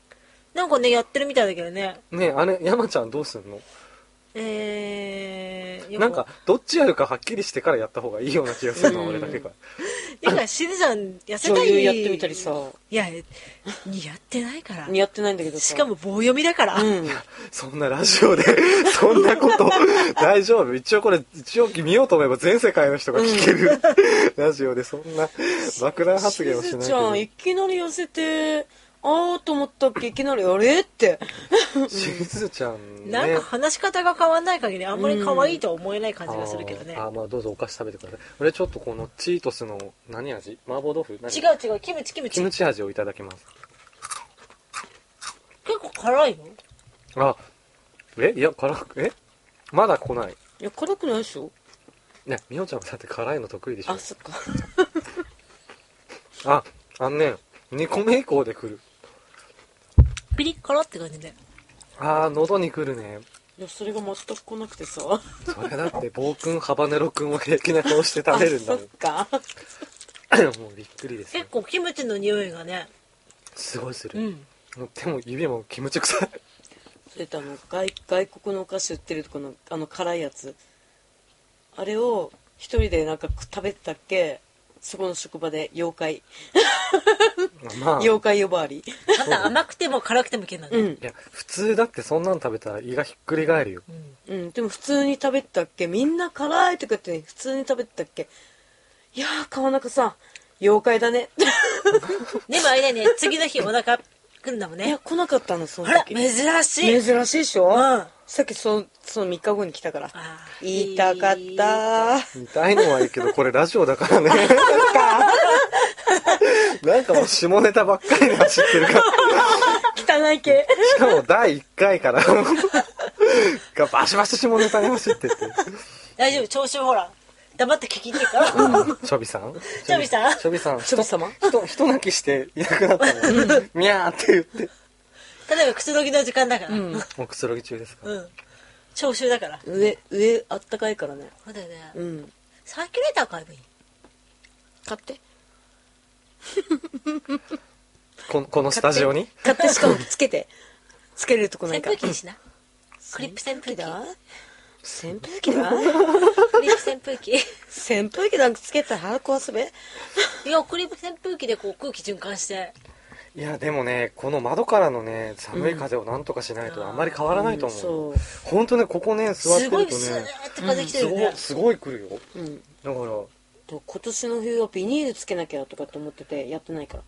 B: なんかね、やってるみたいだけどね。
A: ねえ、あれ、山ちゃんどうすんの
B: えー、よく
A: なんか、どっちやるかはっきりしてからやった方がいいような気がするの、
C: うん
A: 俺だけが。
B: いや、しずちゃん、痩せ
C: 女
B: た
C: 優
B: い。
C: やってみたりさ。
B: いや、似合ってないから。
C: 似合ってないんだけどさ
B: しかも棒読みだから。
C: うん
A: そんなラジオで、 そんなこと、大丈夫。一応これ、一応見ようと思えば全世界の人が聞ける、 ラジオで、そんな爆弾発言をし
C: しず
A: ない
C: ちゃんい
A: け
C: きなり寄せてああと思ったっけいきなりあれって
A: ど、しずちゃん
B: なん
A: ね
B: か。話し方が変わんない限り、あんまり可愛いとは思えない感じがするけどね。
A: あーあー、まあどうぞお菓子食べてください。俺ちょっとこのチートスの何味麻婆豆腐何
B: 違う違う、キムチキムチ。
A: キムチ味をいただきます。
B: 結構辛いよ。
A: あ、えいや、辛く、えまだ来ない。
C: いや辛くないでしょ
A: ね、みおちゃんはだって辛いの得意でしょ
C: あ。そっか
A: あ、あんね、2個目以降で来る。
B: ピリッ辛って感じで。
A: あー、喉に来るね。
C: いやそれが全く来なくてさ
A: それだって、暴君、ハバネロ君を平気な顔して食べるんだ
C: あ
A: も
C: そっか
A: ん。もうびっくりですよ
B: 結。構キムチの匂いがね。
A: すごいする。
B: うん。
A: もう手も指もキムチ臭い。
C: それとあの外外国のお菓子売ってるとこのあの辛いやつあれを一人でなんか食べてたっけそこの職場で妖怪
A: まあ、い
C: 妖怪呼ばわり
B: また甘くても辛くてもいけんだね。
C: うん
A: や、普通だってそんなの食べたら胃がひっくり返るよ。
B: うん
C: うん、でも普通に食べてたっけみんな辛いとか言って、ね、普通に食べてたっけいやー川中さん妖怪だね
B: でもあれだよね、次の日お腹くんだもん
C: いや
B: ね。
C: 来なかったのそ
B: あ
C: の
B: ら、
C: 時
B: 珍しい。
C: 珍しいでしょ、
B: うん
C: さっきそその3日後に来たから
B: あー
C: 言いたかったー
A: 痛いのはいいけど、これラジオだからね。なんかもう下ネタばっかりで走ってるから。
C: 汚い系
A: しかも第1回からがバシバシ下ネタに走ってて
B: 大丈夫、調子ほら。黙って聞きに行くから。
A: チョビさん
B: チョビさん
A: チョビさん
C: チョビ様
A: ひとひと泣きしていなくなったのミャーって言って
B: 例えばくつろぎの時間だから。うん。
A: もうくつろぎ中ですか
B: 聴衆だから。
C: 上上あったかいからね
B: そうだよね。
C: うん
B: サーキュレーター買えばいい。
C: 買って
A: このこのスタジオに
C: 買ってしかもつけ てつけれるとこない
B: 扇
C: から
B: 風機にしな。クリップ扇風機。
C: だ扇風機だ
B: クリップ扇風機。い
C: 扇風機なんかつけたら腹壊すべ
B: や、クリップ扇風機でこう空気循環して。
A: いやでもねこの窓からのね寒い風をなんとかしないとあんまり変わらないと思う、
C: うん
A: ん、ほんとねここね座って
B: す
A: る
B: ご
A: と
B: いスー
A: ね
B: ッと風来て
A: す
B: るよ
A: ご
B: ね
A: い。すごい来るよ
C: そううん
A: だから
C: と今年の冬はビニールつけなきゃとかって思っててやってない から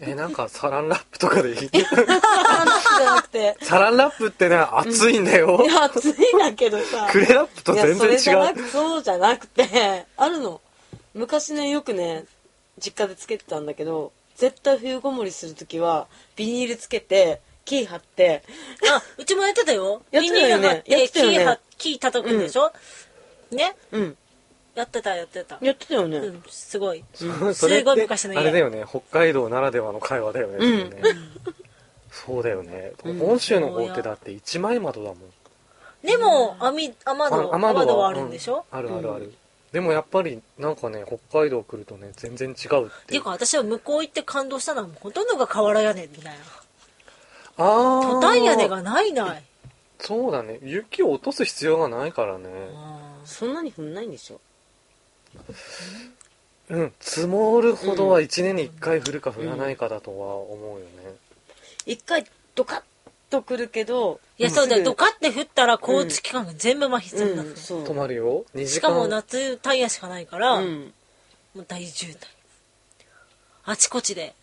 A: えなんかサランラップとかでいい
C: じゃなくて
A: サランラップってね熱いんだよ、
C: いや暑いんだけど さ
A: クレラップと
C: いや
A: 全
C: そ
A: 然違
C: れじゃな
A: う
C: くそうじゃなくて あるの昔ねよくね実家でつけてたんだけど絶対冬ごもりする時はビニールつけて木張って
B: あ、うちもやってたよ。
C: やってたよね
B: ビニール貼
C: や
B: っ
C: っててたよね
B: 木は木叩くんでしょね。
C: うん
B: やってた、やってた。
C: やってたよね、
B: うん、すごい。
A: それ
B: すごい
A: って
B: 昔の家
A: あれだよね北海道ならではの会話だよね,、
C: うん
A: ねそうだよね本州の方ってだって一枚窓だもん、
B: でも、網、雨戸、雨戸はあるんでしょ、
A: うあるあるある、でもやっぱりなんかね北海道来るとね全然違うっ
B: って
A: て
B: いうか私は向こう行って感動したのはほとんどが瓦屋根みたいな
A: ああ
B: トタン屋根がないない
A: そうだね雪を落とす必要がないからね
C: そんなに降んないんでしょ
A: うん積もるほどは1年に1回降るか降らないかだとは思うよね、
C: 一回ドカッとくるけど
B: いやそうだよ
C: すぐ
B: ドカって降ったら交通機関が全部麻痺するんだって、
C: うんそう
A: 止まるよ2時
B: し
A: 間
B: かも夏タイヤしかないから、
C: うん
B: もう大渋滞あちこちで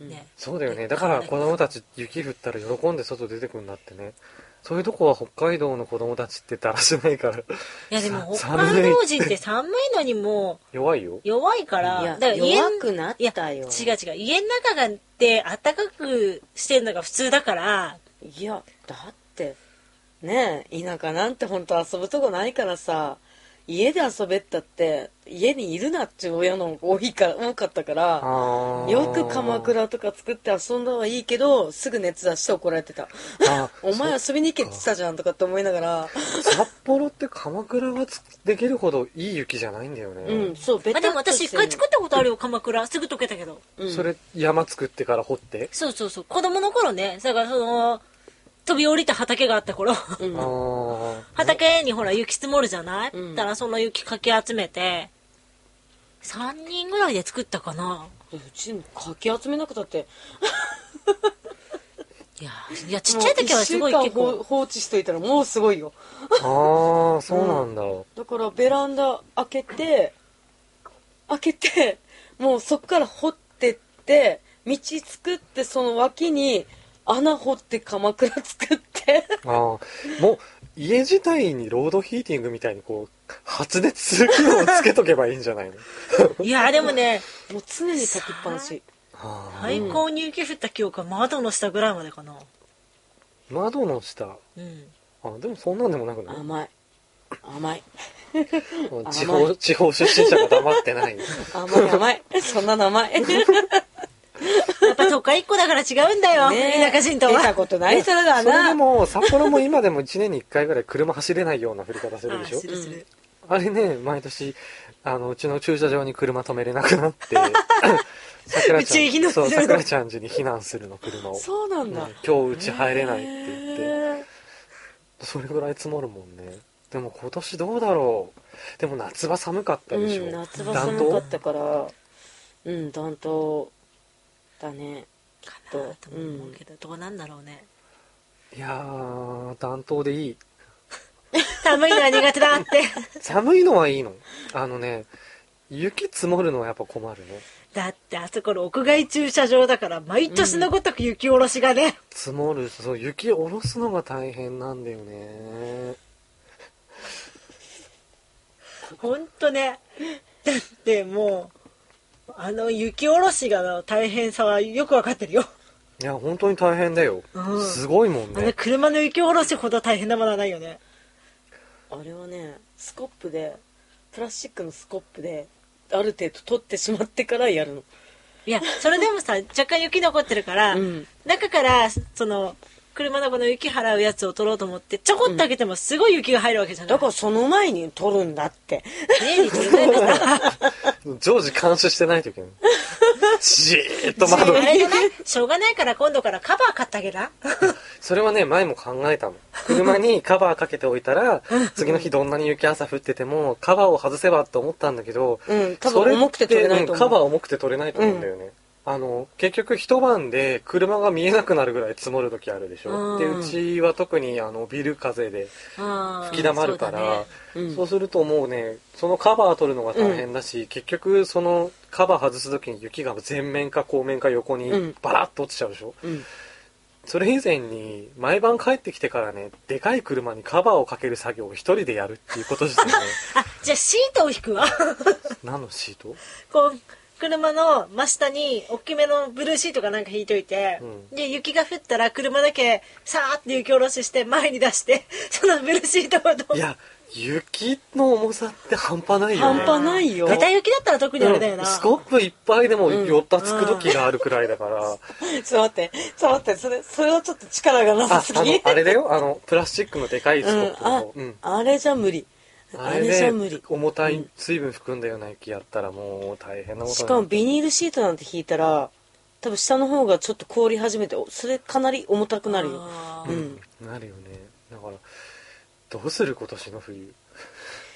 B: ね、
A: そうだよね。だから子供たち雪降ったら喜んで外出てくるんだってね。そういうとこは北海道の子供たちってだらしないから
B: いやでも
A: さ
B: 北海道人って寒いのにも
A: 弱いよ
B: う。弱いから
C: いや
B: だから家ん
C: 弱くなったよ
B: いや違う違う家の中がって暖かくしてるのが普通だから
C: いやだってねえ田舎なんて本当遊ぶとこないからさ家で遊べったって家にいるなっていう親の方が多いから多かったから
A: あー
C: よく鎌倉とか作って遊んだはいいけどすぐ熱出して怒られてた
A: あ
C: 「お前遊びに行け」って言ってたじゃんとかって思いながら
A: 札幌って鎌倉がつできるほどいい雪じゃないんだよね、
C: うんそうベ
B: まあ、でも
C: タっと
B: 私
C: し
B: 一
C: てる
B: 回作ったことあるよ鎌倉すぐ溶けたけど
C: うん
A: それ山作ってから掘って
B: そうそうそう子供の頃ねだからその飛び降りた畑があった頃、
C: うん
A: あー
B: 畑にほら雪積もるじゃない、
C: うん
B: たらその雪かき集めて、3人ぐらいで作ったかな。
C: うちでもかき集めなくたって
B: いや、いやちっちゃい時はすごい
C: もう一
B: 結
C: 週間
B: 構。
C: 放置しといたらもうすごいよ
A: あーそうなんだ、
C: だからベランダ開けて開けてもうそこから掘ってって道作ってその脇に穴掘って鎌倉作って
A: ああ、もう、家自体にロードヒーティングみたいにこう、発熱する機能をつけとけばいいんじゃないの
B: いや、でもね、
C: もう常に炊きっぱなし
A: あ
B: 最高に雪降った記憶は窓の下ぐらいまでかな。
A: あ、窓の下。
B: うん。
A: あ、でもそんなんでもなくない
C: 甘い甘い
A: 地
C: 甘
A: 方、地方出身者が黙って ない。
C: 甘い甘いそんなの甘 い
B: やっぱ都会っ子だから違うんだよ、田舎人と
C: 出た
B: は。
C: ことない人だ
A: それ
C: な
A: でも、札幌も今でも1年に1回ぐらい車走れないような降り方する
B: あ
A: で
B: あ
A: しょ
B: するする。
A: あれね、毎年、あの、うちの駐車場に車止めれなくな って、桜ち
B: うちへ避
A: ゃ
B: 難
A: ん、
B: する
A: そ
B: の
A: う、桜ちゃん家に避難するの、車を。
C: そうなんだ
A: うん今日うち入れないって言って。
C: へ
A: それぐらい積もるもんねでも今年どうだろうでも夏場寒かった
C: ー
A: でしょ、
C: うん夏場寒かったからうん暖冬だね
B: かなと思うけど、どうなんだろうね。
A: いやー暖冬でいい
B: 寒いのは苦手だって。
A: 寒いのはいいのあのね雪積もるのはやっぱ困るね
B: だってあそこの屋外駐車場だから、毎年のごとく雪下ろしがね。
A: 積もるそう雪下ろすのが大変なんだよね
B: ほんとね。だってもう、あの雪下ろしがの大変さはよくわかってるよ。
A: いや本当に大変だよ、
B: うん
A: すごいもん
B: あの
A: ね
B: 車の雪下ろしほど大変なものはないよね。
C: あれはねスコップでプラスチックのスコップである程度取ってしまってからやるの
B: いや、それで もさ、若干雪残ってるから、
C: うん
B: 中から、その、車のこの雪払うやつを取ろうと思って、ちょこっと開けてもすごい雪が入るわけじゃない。
C: だからその前に取るんだって
B: ねえ、取れないんだから。
A: 常時監視してないといけないじーっと 窓
B: あれじゃないしょうがないから今度からカバー買ってあげな。
A: それはね、前も考えたの。車にカバーかけておいたら、次の日どんなに雪朝降ってても、カバーを外せばと思ったんだけど、
C: うんカバー
A: それ
C: 重くて取れないと思う
A: っカバー重くて取れないと思うんだよね。あの、結局一晩で車が見えなくなるぐらい積もる時あるでし
B: う
A: ょ。
B: ん
A: で、うちは特にあの、ビル風で
B: 吹
A: 吹き溜まるから、
C: そうだねうん
A: そうするともうね、そのカバー取るのが大変だし、結局そのカバー外す時に雪が前面か後面か横
C: う
A: に
C: ん
A: バラッと落ちちゃうでしょ。
C: うん
A: それ以前に毎晩帰ってきてからねでかい車にカバーをかける作業を一人でやるっていうこと自 体ね
B: あ、じゃあシートを引くわ。
A: 何のシート
B: こう、車の真下に大きめのブルーシートかなんか引いといて、
A: う
B: で、雪が降ったら車だけさーって雪下ろしして前に出して、そのブルーシートをどう
A: いや雪の重さって半端ないよ
C: 半
A: ね
C: 端ないよ
B: 下手雪だったら特にあれだよな。
A: うんスコップいっぱいでもよったつく時があるくらいだから、
C: ちょっと待ってちょっと待ってそれそれはちょっと力がな
A: あ
C: さす
A: あ
C: ぎ
A: のあれだよあのプラスチックのでかいスコ
C: う
A: ッ
C: ん
A: プ
C: あ
A: の、、うん
C: あれじゃ無理あれじゃ無理
A: 重たい水分含んだような雪やったらもう大変なことになる
C: しかもビニールシートなんて引いたら多分下の方がちょっと凍り始めておそれかなり重たくなるよ
B: あ
C: う
B: ー
C: ん
A: なるよねだからどうする今年の冬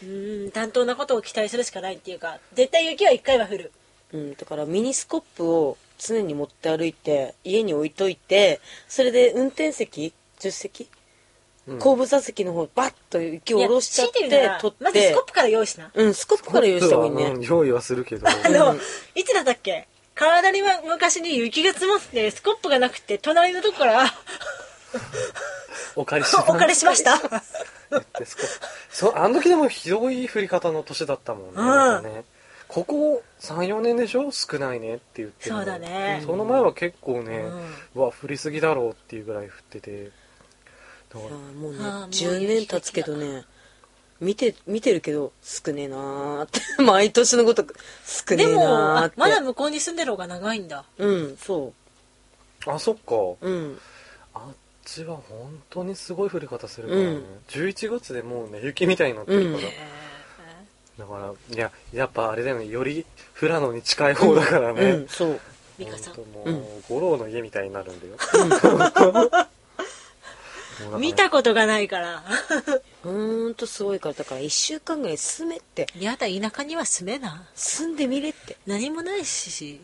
B: うん、担当なことを期待するしかないっていうか、絶対雪は一回は降る。
C: うん、だからミニスコップを常に持って歩いて家に置いといてそれで運転席助手席
A: うん
C: 後部座席の方バッと雪を下ろしちゃ
B: い
C: っ
B: や強いて言う
C: て
B: なら
C: 取
B: ま
C: っ
B: ずス
C: て
B: コップから用意しな。
C: うんスコップから用意した方がいい
A: うん
C: ね
A: 用意はする けど
B: あの、いつだったっけ体には昔に雪が積もって、スコップがなくて、隣のとこ から、
A: お借りします
B: お借りしました。
A: ですか そうあの時でもひどい振り方の年だったもんね,、
B: うん
A: なんかねここ34年でしょ少ないねって言ってるの
B: そうだね
A: その前は結構ね、
B: うん
A: うわ降りすぎだろうっていうぐらい降っててだか
C: いや
A: ら
C: もうね
B: ああ
C: 10年経つけどね見て見てるけど少ねえなーって 毎年のごとく少ね
B: で
C: え
B: も、
C: なーっ
B: あ
C: て
B: まだ向こうに住んでる方が長いんだ。
C: うんそ
A: あそっか
C: ううん
A: あっちは本当にすごい降り方するからね、
C: うん
A: 11月でもうね雪みたいになってるから、
C: うん
A: だからいややっぱあれだよねより富良野に近い方だからね、
C: うんそう
B: 美香さん
A: ほんとも
C: う
A: う、五郎の家みたいになるんだよ。そうだから
B: 見たことがない から。
C: うーんとすごいからだから1週間ぐらい住めって
B: やだ、田舎には住めな。
C: 住んでみれって
B: 何もないし、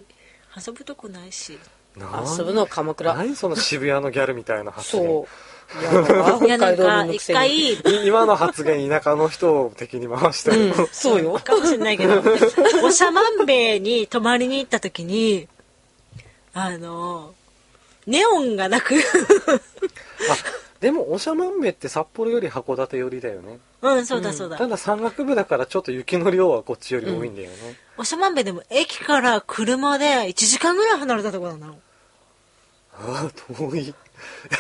B: 遊ぶとこないし。
A: なん
C: 遊ぶのは鎌倉
A: 何その渋谷のギャルみたいな発言
C: そういやなん
B: い
C: か
B: や、なん
C: 北海道
B: か、
C: 民のく
B: 一
C: せに
B: 回、
A: い今の発言田舎の人を敵に回して る、
C: うんそうよ
B: かもしれないけど、 おしゃまんべいに泊まりに行った時に、あの、ネオンがなく、
A: あでも長万部って札幌より函館寄りだよね
B: うん、そうだそうだ
A: た。だ山岳部だからちょっと雪の量はこっちより多いんだよね、
B: おしゃまんべいでも駅から車で1時間ぐらい離れたところなの。
A: ああ遠いい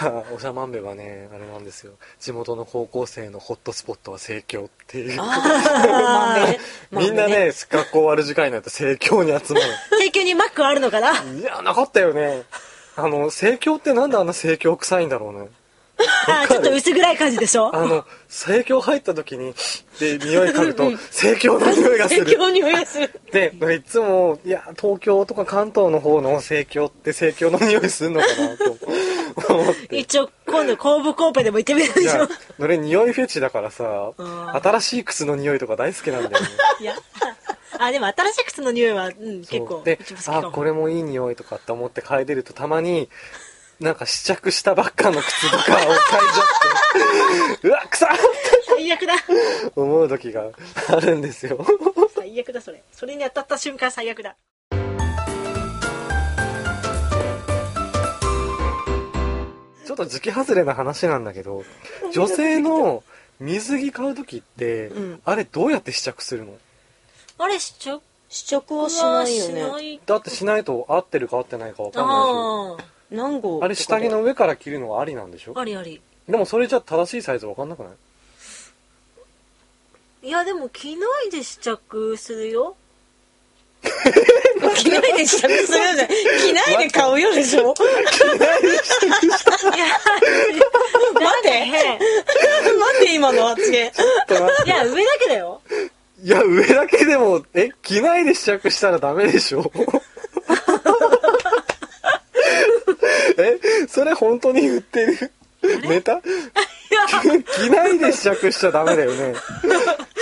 A: や長万部はねあれなんですよ地元の高校生のホットスポットは盛況って いう
C: あーまあね
A: みんなね学校終わる時間になると盛況に集まる
B: 提供にマックはあるのかない
A: やなかったよねあの盛況ってなんであんな盛況臭いんだろうね
B: あーちょっと薄暗い感じでしょ
A: あの盛況入った時にで匂い嗅ぐと盛況の匂いがす
C: 影
A: る
C: 響におや する
A: でいつもいや東京とか関東の方の盛況って盛況の匂いするのかなと思 って
B: 一応今度神武神戸でも行ってみるで
A: い
B: し
A: や
B: ょ
A: 俺匂いフェチだからさ
B: うん
A: 新しい靴の匂いとか大好きなんだよね
B: いやあでも新しい靴の匂いは、うん、結
A: そ
B: 構
A: うで
B: 一番好きか
A: あ
B: も
A: これもいい匂いとかって思って嗅いでるとたまになんか試着したばっかの靴とかを嗅いじゃって うわ臭っ
B: 最悪だ
A: って思う時があるんです よ
B: 最悪だそれそれに当たった瞬間最悪だ
A: ちょっと時期外れな話なんだけど女性の水着買う時って、
C: うん
A: あれどうやって試着するの
B: あれ試着
C: 試着
B: は
C: は
B: し
C: し
B: な
C: ない
B: い
C: よ
B: よ
C: ね
B: ね
A: だってしないと合ってるか合ってないか分かんないでしょ
B: あ
C: 何号
A: あれ下着の
C: とか
A: 上から着るのはありなんでしょ
B: あありあり
A: でもそれじゃ正しいサイズ分かんな くない
B: いやでも着ないで試着するよ
C: で着ない で試着するよね着ないで買うよでしょ
B: いや
C: 待って待って今の発言
B: いや上だけだよ
A: いや、上だけでも、え、着ないで試着したらダメでしょ え、それ本当に売ってるネタ着ないで試着しちゃダメだよね。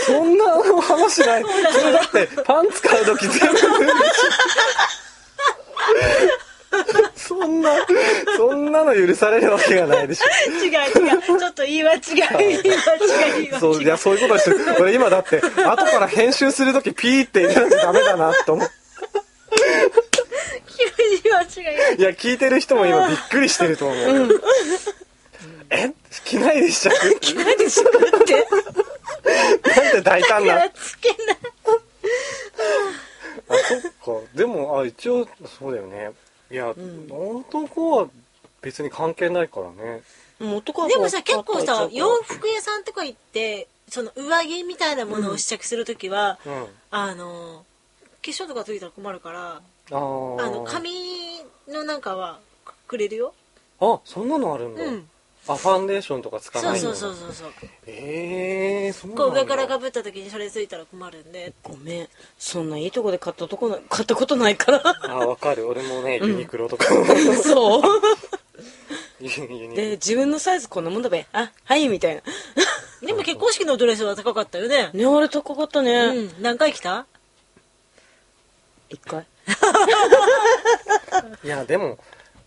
A: そんな話ない。それだって、パンツ買うとき全部脱いでしょそんな、そんなの許されるわけがないでしょ。
B: 違う違うちょっと言い間違い言い間 違い言い間違い
A: そういやそういうことはしてる俺今だって後から編集する時ピーって言わなきゃダメだなと思っ
B: 言い間違い
A: ていや聞いてる人も今びっくりしてると思う、 え 着ないでしちゃ
C: 着ないで試着って
A: なんで大胆
B: い
A: な
B: や
A: あ
B: つけない
A: そっかでもあ一応そうだよねいや、男は別に関係ないからね
C: もう男は
B: でもさ結構
C: 買
B: さ
C: っちゃ
B: 洋
C: うから
B: 服屋さんとか行ってその上着みたいなものを試着するときは、
A: うんあ
B: あの化粧とかついたら困るから
A: あー
B: あの紙のなんかはくれるよ
A: あそんなのあるんだ、
B: うん
A: あファンデーションとかつか
B: そ
A: な
B: う
A: いんだ
B: そうそうそうそう
A: ええー、そうなんだ
B: こう上からかぶった時にそれついたら困るんで
C: ごめんそんないいとこで買ったとこな買ったことないから
A: あわかる俺もねユニク ロとか、
C: そう
A: ユニクロ
C: で自分のサイズこんなもんだべあはいみたいな
B: でも結婚式のドレスは高かったよね
C: ねあれ高かった
B: う
C: ね
B: ん何回来た
C: 一回
A: いやでも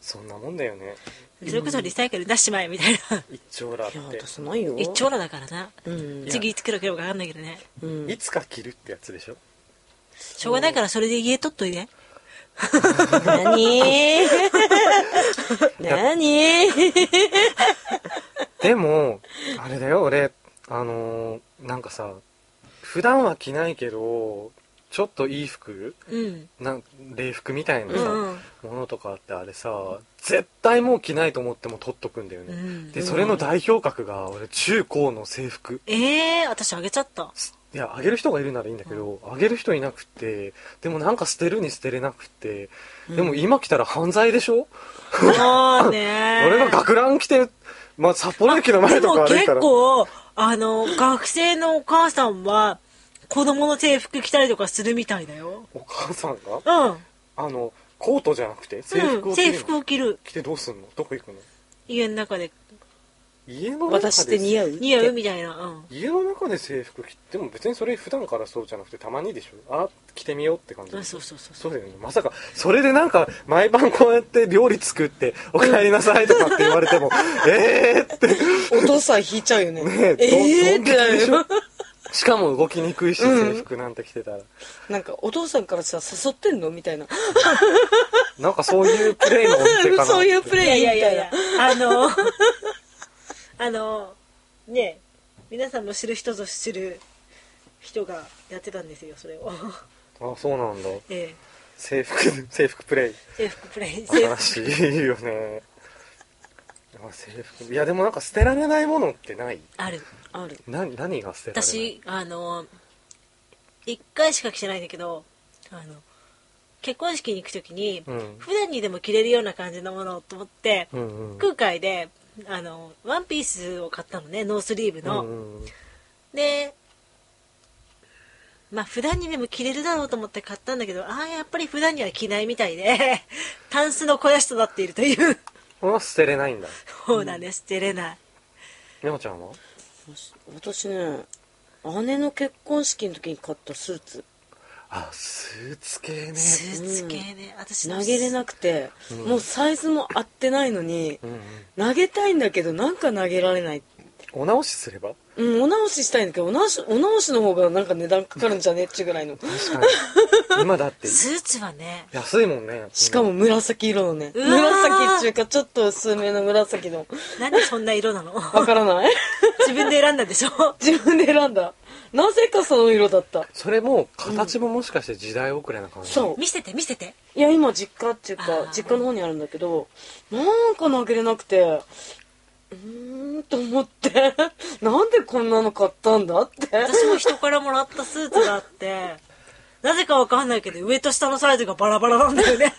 A: そんなもんだよね
B: それこそリサイクル出しちまえみたいな
A: 一丁羅っ
C: いや
A: て
C: 出さないよ
B: 一丁羅だからな
C: うん
B: 次いつ来るか分かんないけどね
C: うん
A: いつか着るってやつでしょ
B: しょうがないからそれで家取っといて
C: な になに
A: でもあれだよ俺あのーなんかさ普段は着ないけどちょっといい服
B: うん
A: なん礼服みたいな
B: う
A: さ、
B: んうん
A: ものとかってあれさ絶対もう着ないと思っても取っとくんだよね、
B: うん
A: でそれの代表格が俺中高の制服
B: ええー、私あげち ゃった。
A: いや、あげる人がいるならいいんだけど、あげる人いなくって、でもなんか捨てるに捨てれなくって、でも今来たら犯罪でしょ、
B: そうね。
A: 俺が学ラン着て、まあ、札幌駅の前
B: で
A: と
B: も
A: か歩い
B: 結
A: たら、
B: 構、あの、学生のお母さんは、子供の制服着たりとかするみたいだよ。
A: お母さんが、
B: うん。うん
A: あの、コートじゃなくて、制服を着
B: 制
A: るの
B: 服を着る。
A: 着てどうすんのどこ行くの
B: 家の中で。
A: 家の中で
C: 私って似合う
B: 似合うみたいな。うん。
A: 家の中で制服着ても別にそれ普段からそうじゃなくてたまにでしょあ着てみようって感じ
B: あそうそうそう
A: そうだよねまさかそれでなんか毎晩こうやって料理作って「おかえりなさい」とかって言われても 「えー!」って
C: お父さん引いちゃうよね
A: ねど
C: ええー、ってな
A: どんで
C: る
A: しょ
C: よ
A: しかも動きにくいし
C: うん
A: 制服なんて着てたら、
C: なんかお父さんからさ誘ってんのみたい な
A: なんかそういうプレイのお店かな
C: そういうプ
B: いやい
C: レイみ
B: や
C: た
B: い
C: いな
B: やいや、あの、 あの、ね皆さんも知る人ぞ知る人がやってたんですよ、それを。
A: あそうなんだ
B: ええ
A: 制服制服プレイ
B: 制服プレイ、制
A: 悲
B: 服。
A: しいよねあ制服いやでもなんか捨てられないものってない
B: ある。
C: ある
A: な何が捨てられない
B: 私、あの、一回しか着てないんだけど、あの、結婚式に行くときに、
A: うん
B: 普段にでも着れるような感じのものをと思って、
A: うんうん
B: 空海で、あの、ワンピースを買ったのね、ノースリーブの。
A: うんうん
B: でまあ普段にでも着れるだろうと思って買ったんだけどああやっぱり普段には着ないみたいで タンスの肥やしとなっているという
A: は捨てれないんだ
B: そうだね捨てれない
A: 山ちゃんは
C: 私私ね姉の結婚式の時に買ったスーツ
A: あスーツ系ね
B: スーツ系ね、私
C: 投げれなくて、
A: ん
C: もうサイズも合ってないのに、
A: うんうん
C: 投げたいんだけどなんか投げられない、
A: お直しすれば
C: うん、お直ししたいんだけどお直しお直しの方がなんか値段かかるんじゃねっちゅうぐらいの
A: 確かに今だって
B: スーツはね
A: 安いもんね
C: しかも紫色のね
B: うわー
C: 紫っちゅうかちょっと薄めの紫の
B: なんでそんな色なの
C: わからない
B: 自分で選んだでしょ
C: 自分で選んだなぜかその色だった
A: それも形ももしかして時代遅れな感じ、
C: そう
B: 見せて見せて
C: いや今実家っていう
B: あ
C: か
B: ー
C: 実家の方にあるんだけどなんか投げれなくてうーんと思って なんでこんなの買ったんだって
B: 私も人からもらったスーツがあってなぜかわかんないけど上と下のサイズがバラバラなんだよね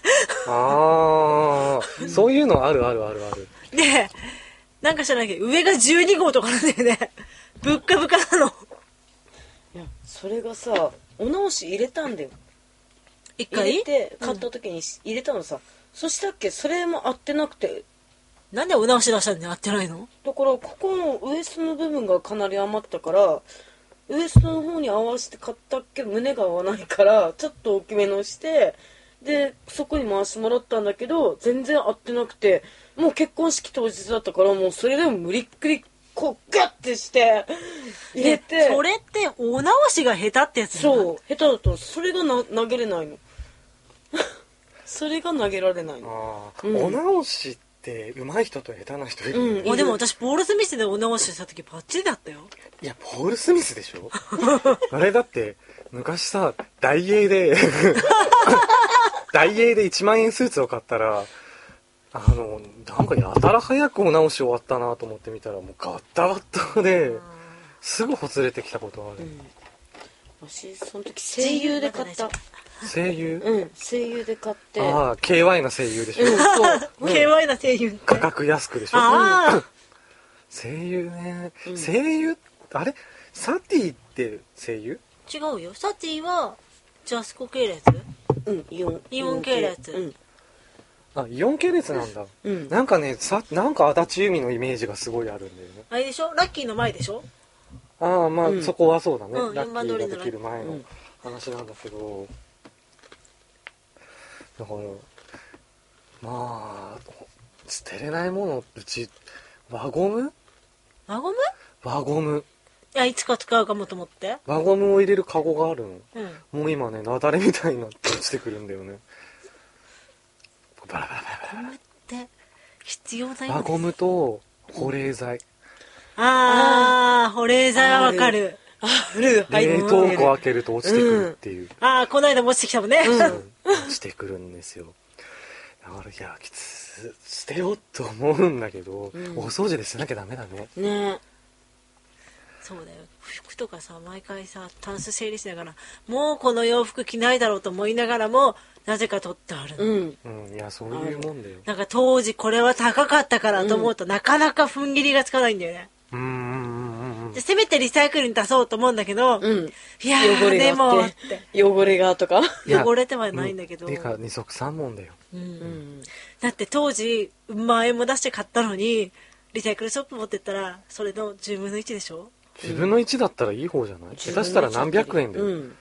A: ああそういうのあるあるあるある
B: でなんか知らないけど上が12号とかなんだよねぶっかぶかなの
C: いやそれがさお直し入れたんだよ
B: 一
C: 入れ
B: 回
C: て買った時に入れたのさ、そしたっけそれも合ってなくて
B: なんでお直し出したんで合ってないの
C: だからここのウエストの部分がかなり余ったからウエストの方に合わせて買ったけど胸が合わないからちょっと大きめのしてでそこに回してもらったんだけど全然合ってなくてもう結婚式当日だったからもうそれでも無理っくりこうガッてして入れ
B: で
C: て
B: それってお直しが下手ってやつだな
C: そう下手だとそれがな投げれないの それが投げられないの
A: ああ、
C: うん
A: お直しって上手い人と下手な人いるよね、
C: うん
B: あでも私ポール・スミスでお直しした時バッチリだったよ
A: いやポール・スミスでしょ あれだって昔さダイエーで ダイエーで1万円スーツを買ったらあのなんかやたら早くお直し終わったなと思ってみたらもうガッタガッタですぐほつれてきたことある、
C: 私その時声優で買った
A: 声優、
C: うん声優で買って
A: ああ KY な声優でし
C: う
A: ょ、
C: んそう
A: うん
B: KY な声優って
A: 価格安くでしょ
B: あ
A: 声優ね、
C: うん
A: 声優あれサティって声優
B: あ違うよサティはジャスコ系列
C: うん、イオン。
B: イオン系列
C: うん。
A: あイオン系列なんだ、
C: うん
A: なんかねさなんか足立由美のイメージがすごいあるんだよね
B: あれでしょラッキーの前でしょ
A: ああまあ、
C: うん
A: そこはそうだね、
B: うん
A: ラッキーができる前
C: う
A: の
C: ん
A: 話なんだけど、だからまあ捨てれないものうち輪ゴム
B: 輪ゴム
A: 輪ゴム
B: いやいつか使うかもと思って
A: 輪ゴムを入れるカゴがあるの
B: うん
A: もう今ね雪崩みたいになって落ちてくるんだよねバラバラバラバラ
B: で必要ない
A: 輪ゴムと保冷剤
B: ああ保冷剤はわかる
C: ある、はい。
A: 冷凍庫開けると落ちてくるっていう、
B: ああこの間持ってきたもんね、
A: 落ちてくるんですよだからいやきつ捨てようと思うんだけど、
C: うん
A: お掃除で捨てなきゃダメだね
C: ね
B: そうだよ服とかさ毎回さタンス整理しながらもうこの洋服着ないだろうと思いながらもなぜか取ってあるの、
C: うん。
A: うんいやそういうもんだよ
B: なんか当時これは高かったからと思うと、なかなか踏ん切りがつかないんだよね
A: うんうんうんうん
B: でせめてリサイクルに出そうと思うんだけど、
C: うん。
B: いや
C: 汚
B: ーで
C: れ
B: も
C: があ
B: っ
C: って
B: て。
C: 汚れがとか。
A: いや
B: 汚れてはないんだけど
A: うてか二足三問だよ
B: うん
C: うん。
B: だって当時前も出して買ったのにリサイクルショップ持ってったらそれの10分の1でしょ
A: 自分の1だったらいい方じゃない、下手したら何百円で、
C: うん、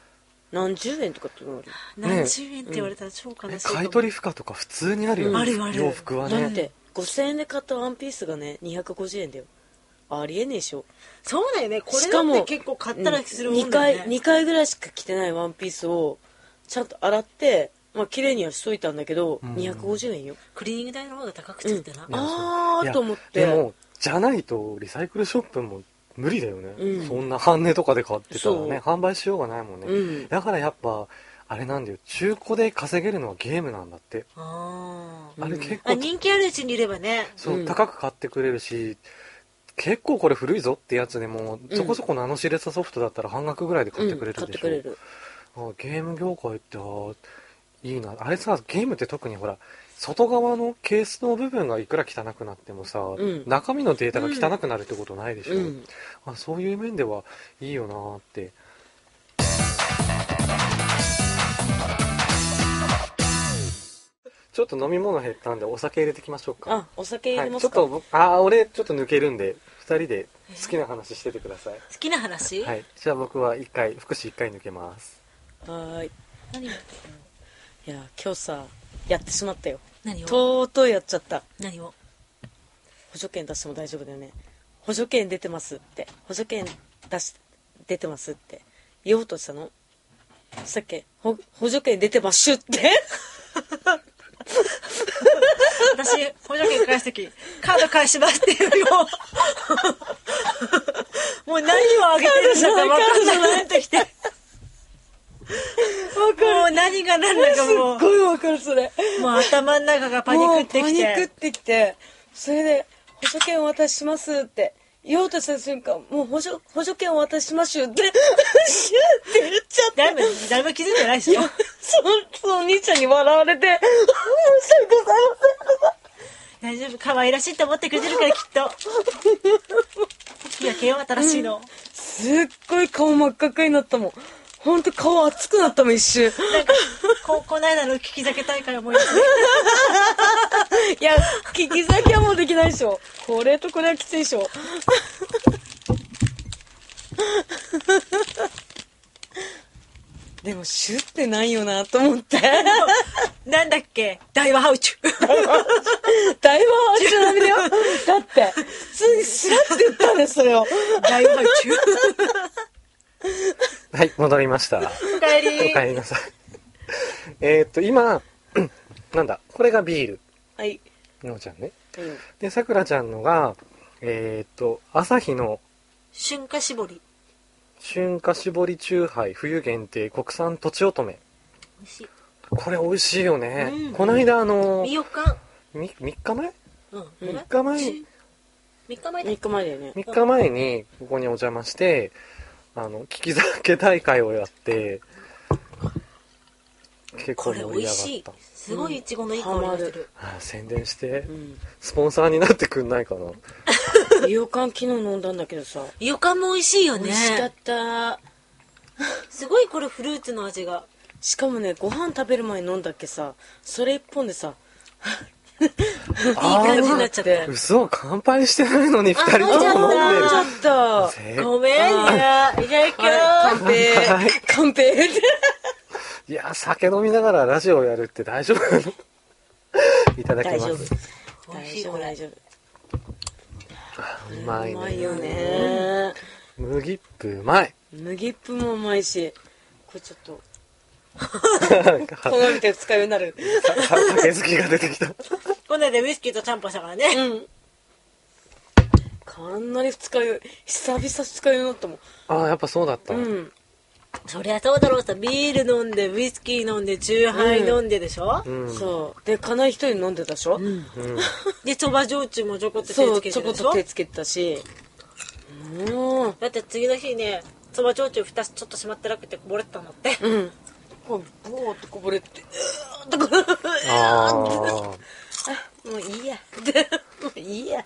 C: 何十円とかって言われる
B: 何十円って言われたら超悲しいかも、
A: え買い取り不可とか普通にあるよ、
B: うんあるある
A: 洋服は
C: だっ
A: ね
C: て5000円で買ったワンピースがね250円だよありえねえでしょ
B: そうだよねこ
C: し
B: れ
C: か
B: だ
C: も
B: って結構買ったらするも
C: うんん
B: だよね、
C: 2回2回ぐらいしか着てないワンピースをちゃんと洗ってまあ綺麗にはしといたんだけど、
A: うん
C: 250円よ
B: クリーニング代の方が高くついてな、
A: んいや
C: あ
A: い
C: あ
A: や
C: と思って
A: でもじゃないとリサイクルショップも無理だよね、
C: うん
A: そんな半値とかで買ってたら
C: そう
A: ね販売しようがないもんね、
C: うん
A: だからやっぱあれなんだよ中古で稼げるのはゲームなんだって、
B: あー
A: あ
C: う
A: れ
C: ん
A: 結構
B: あ人気あるうちにいればね
A: そう、
C: うん
A: 高く買ってくれるし結構これ古いぞってやつでも、
C: うん
A: そこそこのあのシレスソフトだったら半額ぐらいで買ってくれ
C: う
A: る
C: ん買っ
A: で
C: て
A: しょ、
C: くれる
A: あゲーム業界ってあーいいなあれさゲームって特にほら外側のケースの部分がいくら汚くなってもさ、
C: ん
A: 中身のデータが汚くなるってことないでしょ、
C: うん
A: あそういう面ではいいよなーってちょっと飲み物減ったんでお酒入れてきましょうか
C: あお酒入れ
A: は
C: ま
A: い、ちょっ
C: すか、
A: と僕あー俺ちょっと抜けるんで2人で好きな話しててください、
B: 好きな話、
A: はいじゃあ僕は1回福祉1回抜けます
C: はーい
B: 何を
C: いや今日さやってしまったよ
B: 何を
C: とうとうやっちゃった
B: 何を
C: 補助券出しても大丈夫だよね補助券出てますって補助券出し出てますって言おうとしたのさっきほ補助券出てますって
B: 私補助券返す時カード返しますっていうよもう何をあげてるんだか分かんなくなってきてもう何が何だ
C: すっ
B: かもう
C: ごいわかるそれ
B: もう頭の中がパニクって
C: も
B: き
C: うパニクっててきてそれで補助券お渡ししますって言おうとした瞬間もう補助補助券お渡ししますよ ってシュって言っちゃった
B: 誰も誰も気づいてないでしょ
C: そそのお兄ちゃんに笑われて申し訳ございません
B: 大丈夫可愛らしいと思ってくれてるからきっとやけよ新しいの、
C: すっごい顔真っ赤っかになったもん。ほんと顔熱くなったもん、一瞬。
B: なんかここの間の聞き酒大会思い出す
C: いや、聞き先はもうできないでしょ。これとこれはきついでしょ。でも、シュってないよな、と思って。
B: なんだっけ大和ハウチュ
C: だいぶ足じゃダメだよ。だって、普通にスラって言ったんです、それを。
B: 大和ハウチュ
A: はい戻りました
B: おかえ
A: お
B: り
A: 帰りなさい えーっと今 なんだこれがビール
C: はい。
A: のちゃんね
C: うん
A: でさくらちゃんのがえーっと朝日の
B: 瞬間絞り
A: 春夏絞り酎ハイ冬限定国産とちおとめ
B: 美味しい
A: これ美味しいよね、
B: うん
A: こないだあの
B: みよかん
A: み3日前
B: うん
A: 3日前に
B: 3日前だ
C: 3日前だよね。
A: 3日前にここにお邪魔してあの聞き酒大会をやって結構
B: これ
A: 盛
B: 美
A: り
B: 味し
A: 上
B: い
A: がっ
B: すごいイチゴのいい香りがしてる
A: たあ宣伝して
C: うん。
A: スポンサーになってくんないかな
C: 洋館昨日飲んだんだけどさ。
B: よかんも美味しいよ
C: 美
B: ね
C: 味しかった。
B: すごいこれフルーツの味が
C: しかもねご飯食べる前に飲んだっけさそれ一本でさ
B: いい感じになっちゃった
A: 嘘乾杯してないのに2人とも飲んでる
C: あっ
A: あ
C: た
B: ごめんねいただき
C: 乾
B: ま
C: 杯
A: はい
C: 乾杯って
A: いや酒飲みながらラジオやるって大丈夫なの いただき
C: 大
A: ま
C: 丈夫
A: す
B: す美味しいこ
C: 大丈夫
B: れ
C: 大丈夫
A: うまいね
C: うまいよね
A: 麦っぷうまい
C: 麦っぷもうまいしこれちょっ と
A: なんか
C: このみて使いようになる
A: さ さ酒好きが出てきた
B: こんなでウイスキーとちゃんぽんしたからね
C: うんかなり二日酔い久々二日酔いになったもん
A: ああやっぱそうだった、
C: うん
B: そりゃそうだろうさビール飲んでウイスキー飲んでチューハイ飲んででしょ、
A: うん
C: そうでかなり一人飲んでたでしょ
A: うん
B: でそば焼酎もちょこっと手
C: そ
B: つ
C: う
B: け
C: ち
B: て
C: ょこ
B: る
C: っ
B: でしょ
C: と手つけてたしもう
B: だって次の日ねそば焼酎蓋ちょっとしまってなくてこぼれてたんだって、
C: うん。こう、ブーってこぼれて、うーっとこ
A: ああ
C: う、もういいや。 ってもういいや。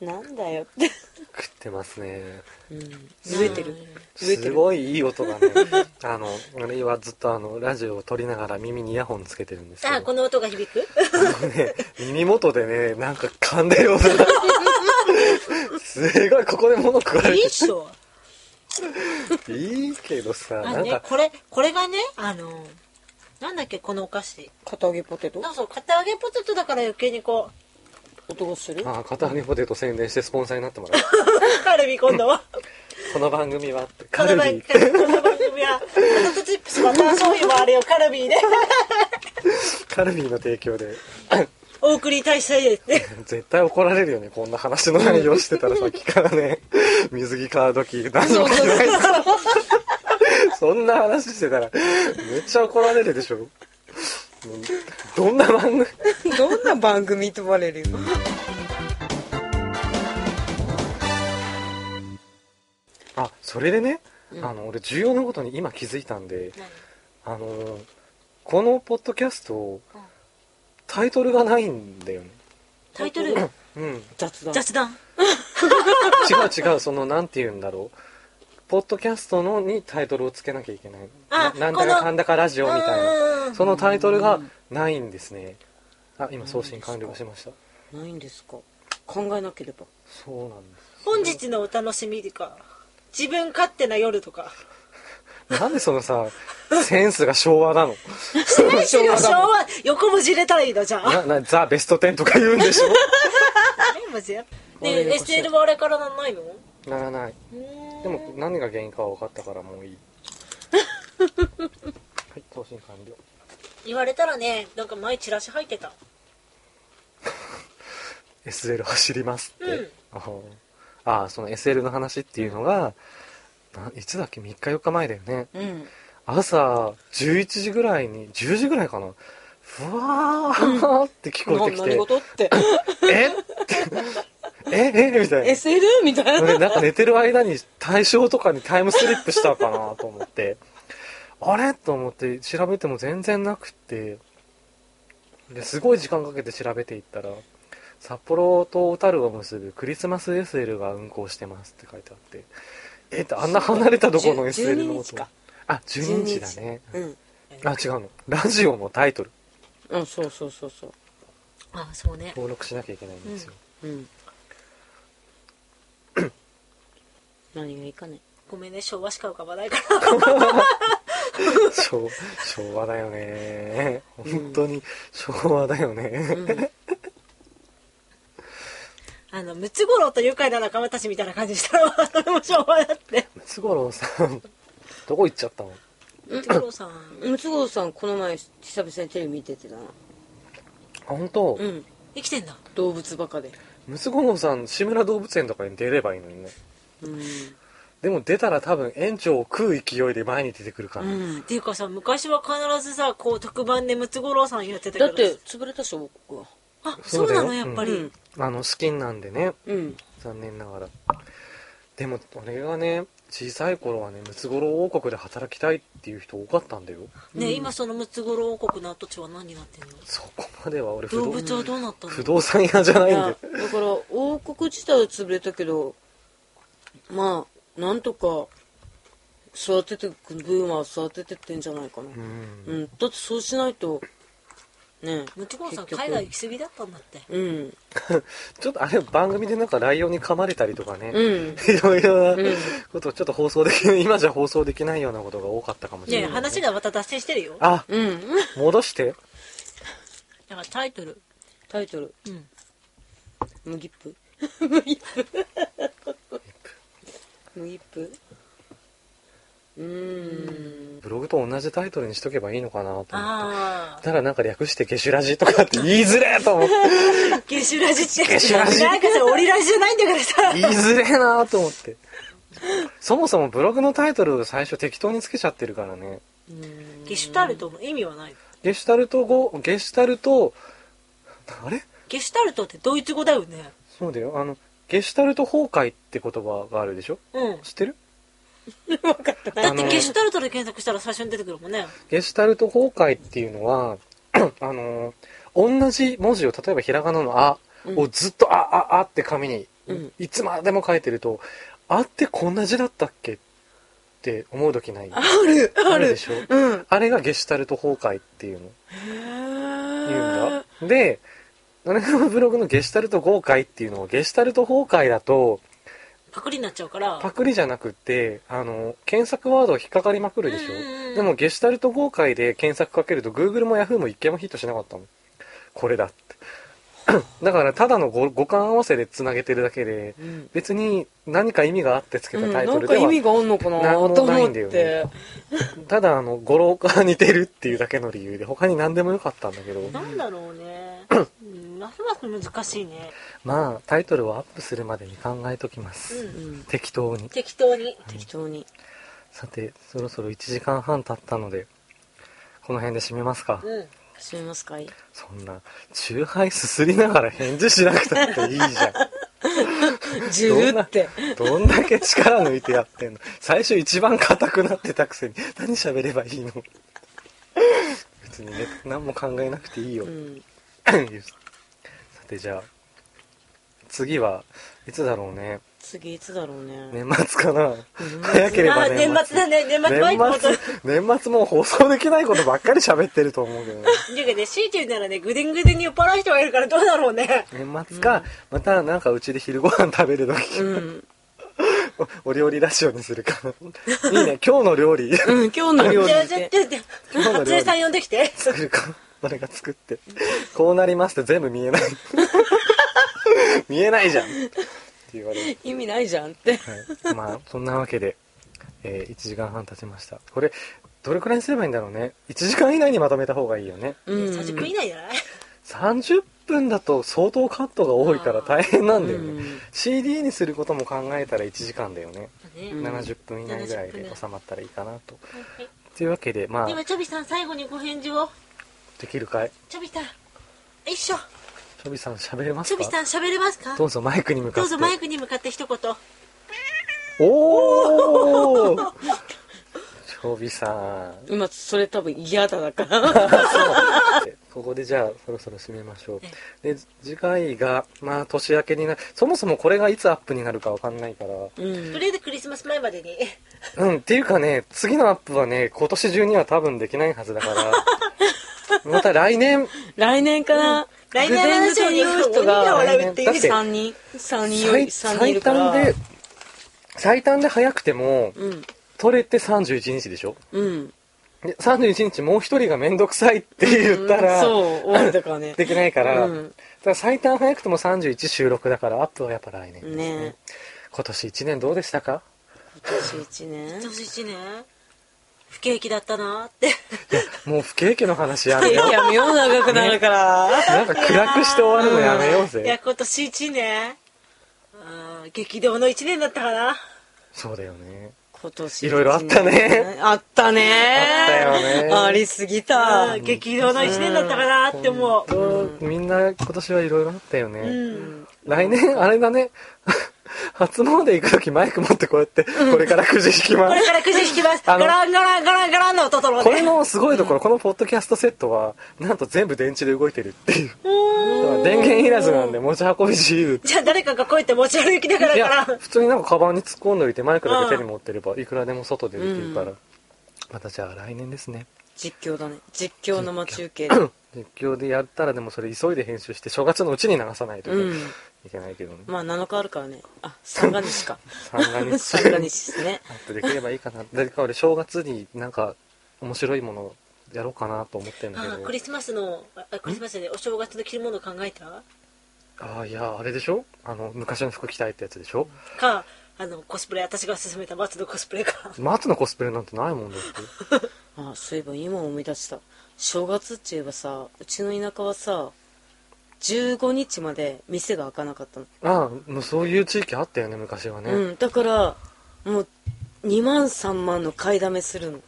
C: なんだよって。
A: 食ってますね
C: うん。ずれてる。
A: ち
C: 震えて
A: す
C: る
A: ごいいい音がね あのあれはずっとあのラジオを撮りながら耳にイヤホンつけてるんですけど
B: あ、この音が響く
A: ね、耳元でねなんか噛んでる音が すごいここで物食われ
B: いいっしょ。
A: ていいけどさ
B: あ
A: な
B: の
A: ん
B: ね
A: か、
B: これ、これがね、あの、なんだっけ、このお菓子。
C: 片揚げポテト
B: そうそう、片揚げポテトだから余計にこ
C: 音がする
A: あ片揚げポテト宣伝してスポンサーになってもらう
B: う、カルビ今度は。
A: この番組はって
B: こ
A: カ
B: の
A: ル
B: 番
A: ビ
B: この番組は、ポテトチップスバター醤油もあれよ、カルビで、
A: カルビーの提供で
B: お送りいたしたいですね。
A: 絶対怒られるよねこんな話の内容してた らさっきからね水着買う時何も買えない そんな話してたらめっちゃ怒られるでしょもうどんな番組
C: どんな番組とばれるよ
A: あそれでね、あの俺重要なことに今気づいたんで、あのーこのポッドキャスト
B: うん
A: タイトルがないんだよね
B: タイトル、
A: うん違う
C: 雑談
B: 雑談。
A: 違うそのなんて言うんだろうポッドキャストのにタイトルをつけなきゃいけない
B: あ
A: ななん
B: こ
A: だ
B: の
A: かかんだかラジオみたいな
B: うん
A: そのタイトルがないんですねあ今送信完了しました
C: ないんですか考えなければ
A: そうなんです
B: 本日のお楽しみか、自分勝手な夜とか。
A: なんでそのさ センスが昭和なの
B: しないし よ、昭和、横文字入れたらいいの、じ ゃあ。
A: ななザ・ベスト10とか言うんでし
B: 横文字や。
C: 俺よ
B: で、
C: こしら
B: SL はあれからなんないのう
A: ょ ならない
B: ーん
A: でも何が原因かは分かったからもういいはい送信完了
B: 言われたらね、なんか前チラシ入ってた。
A: SL 走りますって、
B: うん
A: あーあーその SL の話っていうのがないつだっけ3日4日前だよね
C: うん
A: 朝11時ぐらいに10時ぐらいかなふわーって聞こえてきて
C: 何事って
A: 「えっ?」て「ええみたいな
C: SL? みたいな
A: 俺なんか寝てる間に対象とかにタイムスリップしたかなと思って、 あれと思って調べても全然なくって、ですごい時間かけて調べていったら、札幌と小樽を結ぶクリスマス SL が運行してますって書いてあって、えってあんな離れたところの SL の
C: 12
A: こ
C: 日
A: と
C: か。
A: あ、12日だね。
C: うん
A: あ、違うの。ラジオのタイトル
C: うんそうそうそうそう
B: あ、そうね。
A: 登録しなきゃいけないんですよ。
C: うん何がいいかね
B: ごめんね、昭和しか浮かばないから。
A: 昭昭和だよね。本当に昭和だよね。
B: あの、ムツゴロウと愉快な仲間たちみたいな感じしたら、 それも昭和だって。
A: ムツゴロウさん、どこ行っちゃったの
B: ムツゴロウさん。
C: ムツゴロウさんこの前久々にテレビ見ててな
A: あ、本当、
C: うん
B: 生きてんだ。
C: 動物ばかで
A: ムツゴロウさん、志村動物園とかに出ればいいのにね。
C: うん
A: でも出たら多分園長を食う勢いで前に出てくるから。
C: うん
B: っていうかさ、昔は必ずさ、こう、特番でムツゴロウさんやってたけ
C: だ
B: ど。
C: って、潰れたしょ僕は
B: あ、そ
A: そう
B: う
A: だよ
B: なの、やっぱり。
C: うん
A: あの、資金なんでね、
C: うん
A: 残念ながら。でも、俺がね、小さい頃はね、ムツゴロウ王国で働きたいっていう人多かったんだよ。
B: ね、今そのムツゴロウ王国の跡地は何になってんの
A: そこまでは俺不
B: 動
A: 動
B: 物はどうなったの
A: 不動産屋じゃないいんだ
C: や
A: よ。
C: だから王国自体は潰れたけどまあなんとか育ててくブーマーを育ててってんじゃないかな
A: う。
C: うんん、だってそうしないとね
B: ムツゴロウさん
C: 結局
B: 海外行き過ぎだったんだって。
C: うん
A: ちょっとあれ番組でなんかライオンに噛まれたりとかね。
C: うん
A: いろいろなんこと、ちょっと放送できない、今じゃ放送できないようなことが多かったかもしれ
B: ね
A: ない、
B: 話がまた脱線してるよ。だか
A: あ、
C: うん
A: 戻して。
B: らタイトル。
C: タイトル
B: うん。
C: 「麦っぷ」 麦っぷ麦っぷうーん
A: ブログと同じタイトルにしとけばいいのかなと思って。
B: あ
A: ただなんか略してゲシュラジとかって言いづれえと思って。
B: あ。ゲシュラジって。
A: ゲシュラジ
B: なんかさ、オリラジじゃないんだからさ。
A: 言いづれえなと思って。そもそもブログのタイトルを最初適当につけちゃってるからね。
B: ゲシュタルトの意味はないの
A: ゲシュタルト語、ゲシュタルト、あれ
B: ゲシュタルトってドイツ語だよね。
A: そうだよ。あの、ゲシュタルト崩壊って言葉があるでしょ
B: うん。
A: 知ってる
B: だって
A: あの
B: ゲシュタルトで検索したら最初に出てくるもんね。
A: ゲシュタルト崩壊っていうのは、 あのー同じ文字を、例えばひらがなのあをずっとあ、あ、あって紙に
C: うん、
A: いつまでも書いてると、あってこんな字だったっけっって思う時ない
C: あるあ
A: ある
C: る
A: でしょ
C: うん
A: あれがゲシュタルト崩壊っていうの
C: へ
A: 言うん
C: ー
A: だで七のブログのゲシュタルト崩壊っていうのはゲシュタルト崩壊だと
B: パクリになっちゃうから
A: パクリじゃなくってあの検索ワード引っかかりまくるでし
B: うんうんう
A: ょ
B: ん
A: でもゲシュタルト崩壊で検索かけると Google も Yahoo も一件もヒットしなかったのこれだって だからただの語語感合わせでつなげてるだけで
C: うん
A: 別に何か意味があってつけたタイ
C: な
A: ト
C: ん
A: ル
C: か
A: で
C: 意
A: は、
C: 味があんのかな
A: なんも
C: と
A: ない
C: 思っ
A: んだよね
C: て
A: ただあの語呂が似てるっていうだけの理由で他に何でもよかったんだけど
B: なんだろうねうんますます難しいね
A: まあタイトルをアップするまでに考えときます、
B: うん
C: うん
A: 適当に
B: 適当に
C: 適当に
A: さてそろそろ1時間半経ったのでこの辺で締めますか、
B: うん
C: 閉めますかい
A: そんなチューハイすすりながら返事しなくたっていいじゃん
C: ジュルって
A: どんだけ力抜いてやってんの最初一番硬くなってたくせに何喋ればいいの別にね何も考えなくていいよ、
C: うん
A: よしさてじゃあ次はいつだろうね
C: 次いつだろうね
A: 年末かな
C: うん
A: 早ければ
B: あ
A: 年末
B: 年末だね年末バイ
A: 年
B: クもと
A: 末年末もう放送できないことばっかり喋ってると思うけどね
B: ていうかね強いて言うならねぐでんぐでんに酔っ払う人がいるからどうだろうね
A: 年末か、またなんかうちで昼ご飯食べる時、
C: うん
A: おお 料理ラジオにするかい いね今日の料理
C: うん今日の料理
B: じゃあちょっ
C: で
B: と待って
A: 今日の料理
B: 初江さん呼んできて
A: 作るか俺が作ってこうなりますって全部見えない 見えないじゃんって言われる、
C: 意味ないじゃんって
A: はい、まあそんなわけで、え1時間半経ちましたこれどれくらいにすればいいんだろうね1時間以内にまとめた方がいいよね
C: うん
B: 30分以内じゃない
A: 30分だと相当カットが多いから大変なんだよね、
C: うん
A: CD にすることも考えたら1時間だよね、
C: うん
A: 70分以内ぐらい
B: 70
A: で
B: 分
A: 収まったらいいかなとというわけでまあ
B: 今チョビさん最後にご返事を
A: できるかい
B: チョビさんよいしょ
A: チョビさん喋れます
B: チョ
A: か
B: ビさん喋れますか
A: どうぞマイクに向か
B: ど
A: っ
B: う
A: て
B: ぞマイクに向かって一言
A: おおチョビさん
C: 今それ多分嫌だだから
A: ここでじゃあそろそろ締めましょうで次回がまあ年明けになそもそもこれがいつアップになるかわかんないから
C: うん
B: とりあえずクリスマス前までに
A: うん、っていうかね、次のアップはね、今年中には多分できないはずだから、また来年、
C: 来年かな
B: 来年の話を
C: 偶然言う人
B: 鬼が
C: が
B: 笑うってい
A: だ
B: う
A: って
C: 3人3人より
A: 最
C: 3人い
A: 最
C: るか
A: 短
C: ら
A: で、最短で早くても、
C: うん
A: 取れて31日でしょ
C: うん
A: で ?31 日もう一人がめんどくさいって言ったら、
C: そう終わりだからね
A: できないから、
C: うん
A: だから最短早くても31収録だから、アップはやっぱ来年ですね。
C: ね
A: 今年1年どうでしたか
C: 今年1年
B: 今年1年不景気だったなーって
A: もう不景気の話やめよう。
C: やめよう長くなるから、
A: なんか暗くして終わるのやめようぜ。
B: いや今年1年うん激動の1年だったかな
A: そうだよね。
C: 今年
A: いろいろあったね
C: あったね
A: あったよね
C: ありすぎた、
B: うん激動の1年だったかなって思う
A: 本当みんな今年はいろいろあったよね、
B: うん
A: 来年あれだね 初詣行く時マイク持ってこうやってこれからくじ引きま
B: こ
A: す、
B: れからくじ引きます
A: あ
B: ガ
A: の
B: ランガランガランガランの音とろ
A: これ
B: ね
A: のすごいところ、このポッドキャストセットはなんと全部電池で動いてるっていうだから電源いらずなんで持ち運び自由
B: じゃあ誰かがこうやって持ち歩きなが
A: い
B: ら
A: や
B: から
A: 普通になんかカバンに突っ込んでおいてマイクだけ手に持ってればいくらでも外でできるから、またじゃあ来年ですね
C: 実況だね実況生中継
A: 実況でやったらでもそれ急いで編集して正月のうちに流さないと
C: うん
A: いけないけどね、
C: まあ7日あるからねあ三が日か
A: 三が日
C: 三 が日ですね
A: アップできればいいかな誰か俺正月になんか面白いものやろうかなと思ってんだけ
B: あ
A: ど
B: クリスマスのあクリスマスでお正月の着るもの考えた
A: ああいやあれでしょあの昔の服着たいってやつでしょ
B: かあのコスプレ私が勧めた松のコスプレか
A: 松のコスプレなんてないもんだって
C: あそういえば今思い出した正月って言えばさうちの田舎はさ15日まで店が開かなかったの、
A: ああもうそういう地域あったよね昔はね、
C: うんだからもう2万3万の買いだめするの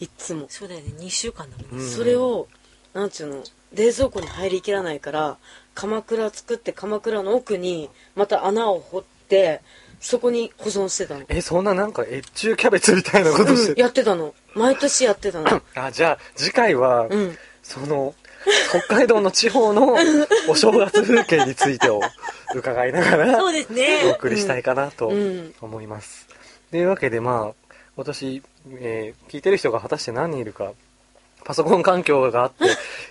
C: いっつも、
B: そうだよね2週間だもんね
A: うん
C: それをなんちゅうの冷蔵庫に入りきらないから鎌倉作って鎌倉の奥にまた穴を掘ってそこに保存してたの、
A: えそんななんか越中キャベツみたいなことし
C: うん、
A: て、
C: やってたの毎年やってた の
A: あじゃあ次回は、
C: うん
A: その北海道の地方のお正月風景についてを伺いながら
B: そうです
A: お
B: ね
A: 送りしたいかなと
C: うん
A: 思います。というわけでまあ私、えー聞いてる人が果たして何人いるか、パソコン環境があっ て、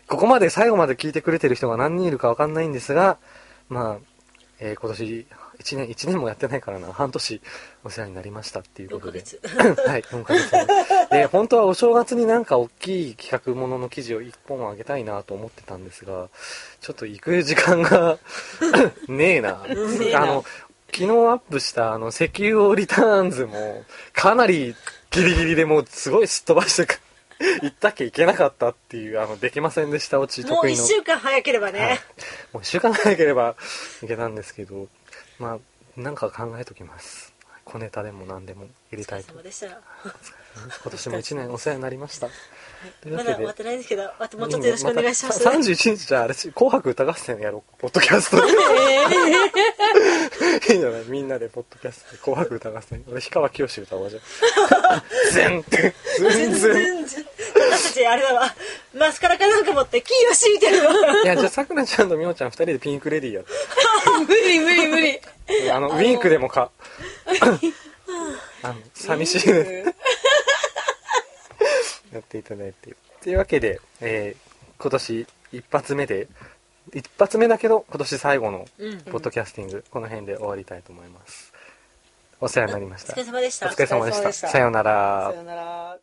A: ここまで最後まで聞いてくれてる人が何人いるかわかんないんですが、まあ、えー今年、1年、1年もやってないからな、半年お世話になりましたっていうこ
B: 4
A: と
B: ヶ
A: で。
B: 月。
A: はい、4ヶ月前で、本当はお正月になんか大きい企画ものの記事を1本あげたいなと思ってたんですが、ちょっと行く時間が ねえな。
B: ねえな
A: あの、昨日アップしたあの、石油王リターンズも、かなりギリギリでもうすごいすっ飛ばしてく、 行ったっけ行けなかったっていう、あの、できませんでした落ち得
B: もう
A: 意
B: 1
A: の。
B: 週間早ければ
A: はい
B: ね。
A: もう一週間早ければいけたんですけど、まあ、なんか考えときます。小ネタでも何でも入
B: お
A: れ
B: 疲
A: た
B: れ
A: いと
B: 様でした。
A: 今年も1年お世話になりました。という
B: ま
A: わ
B: だ
A: け
B: 終
A: で
B: わっ、てないんですけど、あともうちょっとよろしくお願いします。
A: たさ31日じゃあ、あれし、紅白歌合戦やろう。ポッドキャスト で。 いいじゃないみんなでポッドキャストで紅白歌合戦。俺、氷川きよし歌おうじゃん。 全然、全
B: 全
A: 然。
B: 然。 私たち、あれだわ。マスカラかなんか持って、キーヨシみたいな。
A: いや、じゃあ、さくらちゃんとみおちゃん2人でピンクレディーやっ
C: 無理無理無理。
A: て。あの、ウィンクでも か。あの、寂しいね。やっていただいて。というわけで、えー今年一発目で、一発目だけど今年最後の
B: うん。
A: ポッドキャスティング、この辺で終わりたいと思います。お世話になりまし
B: お
A: た
B: 疲。れ様でした。
A: お疲れ様で
C: お疲れ様で
A: し。
C: したた
A: さようなら
C: さよなら。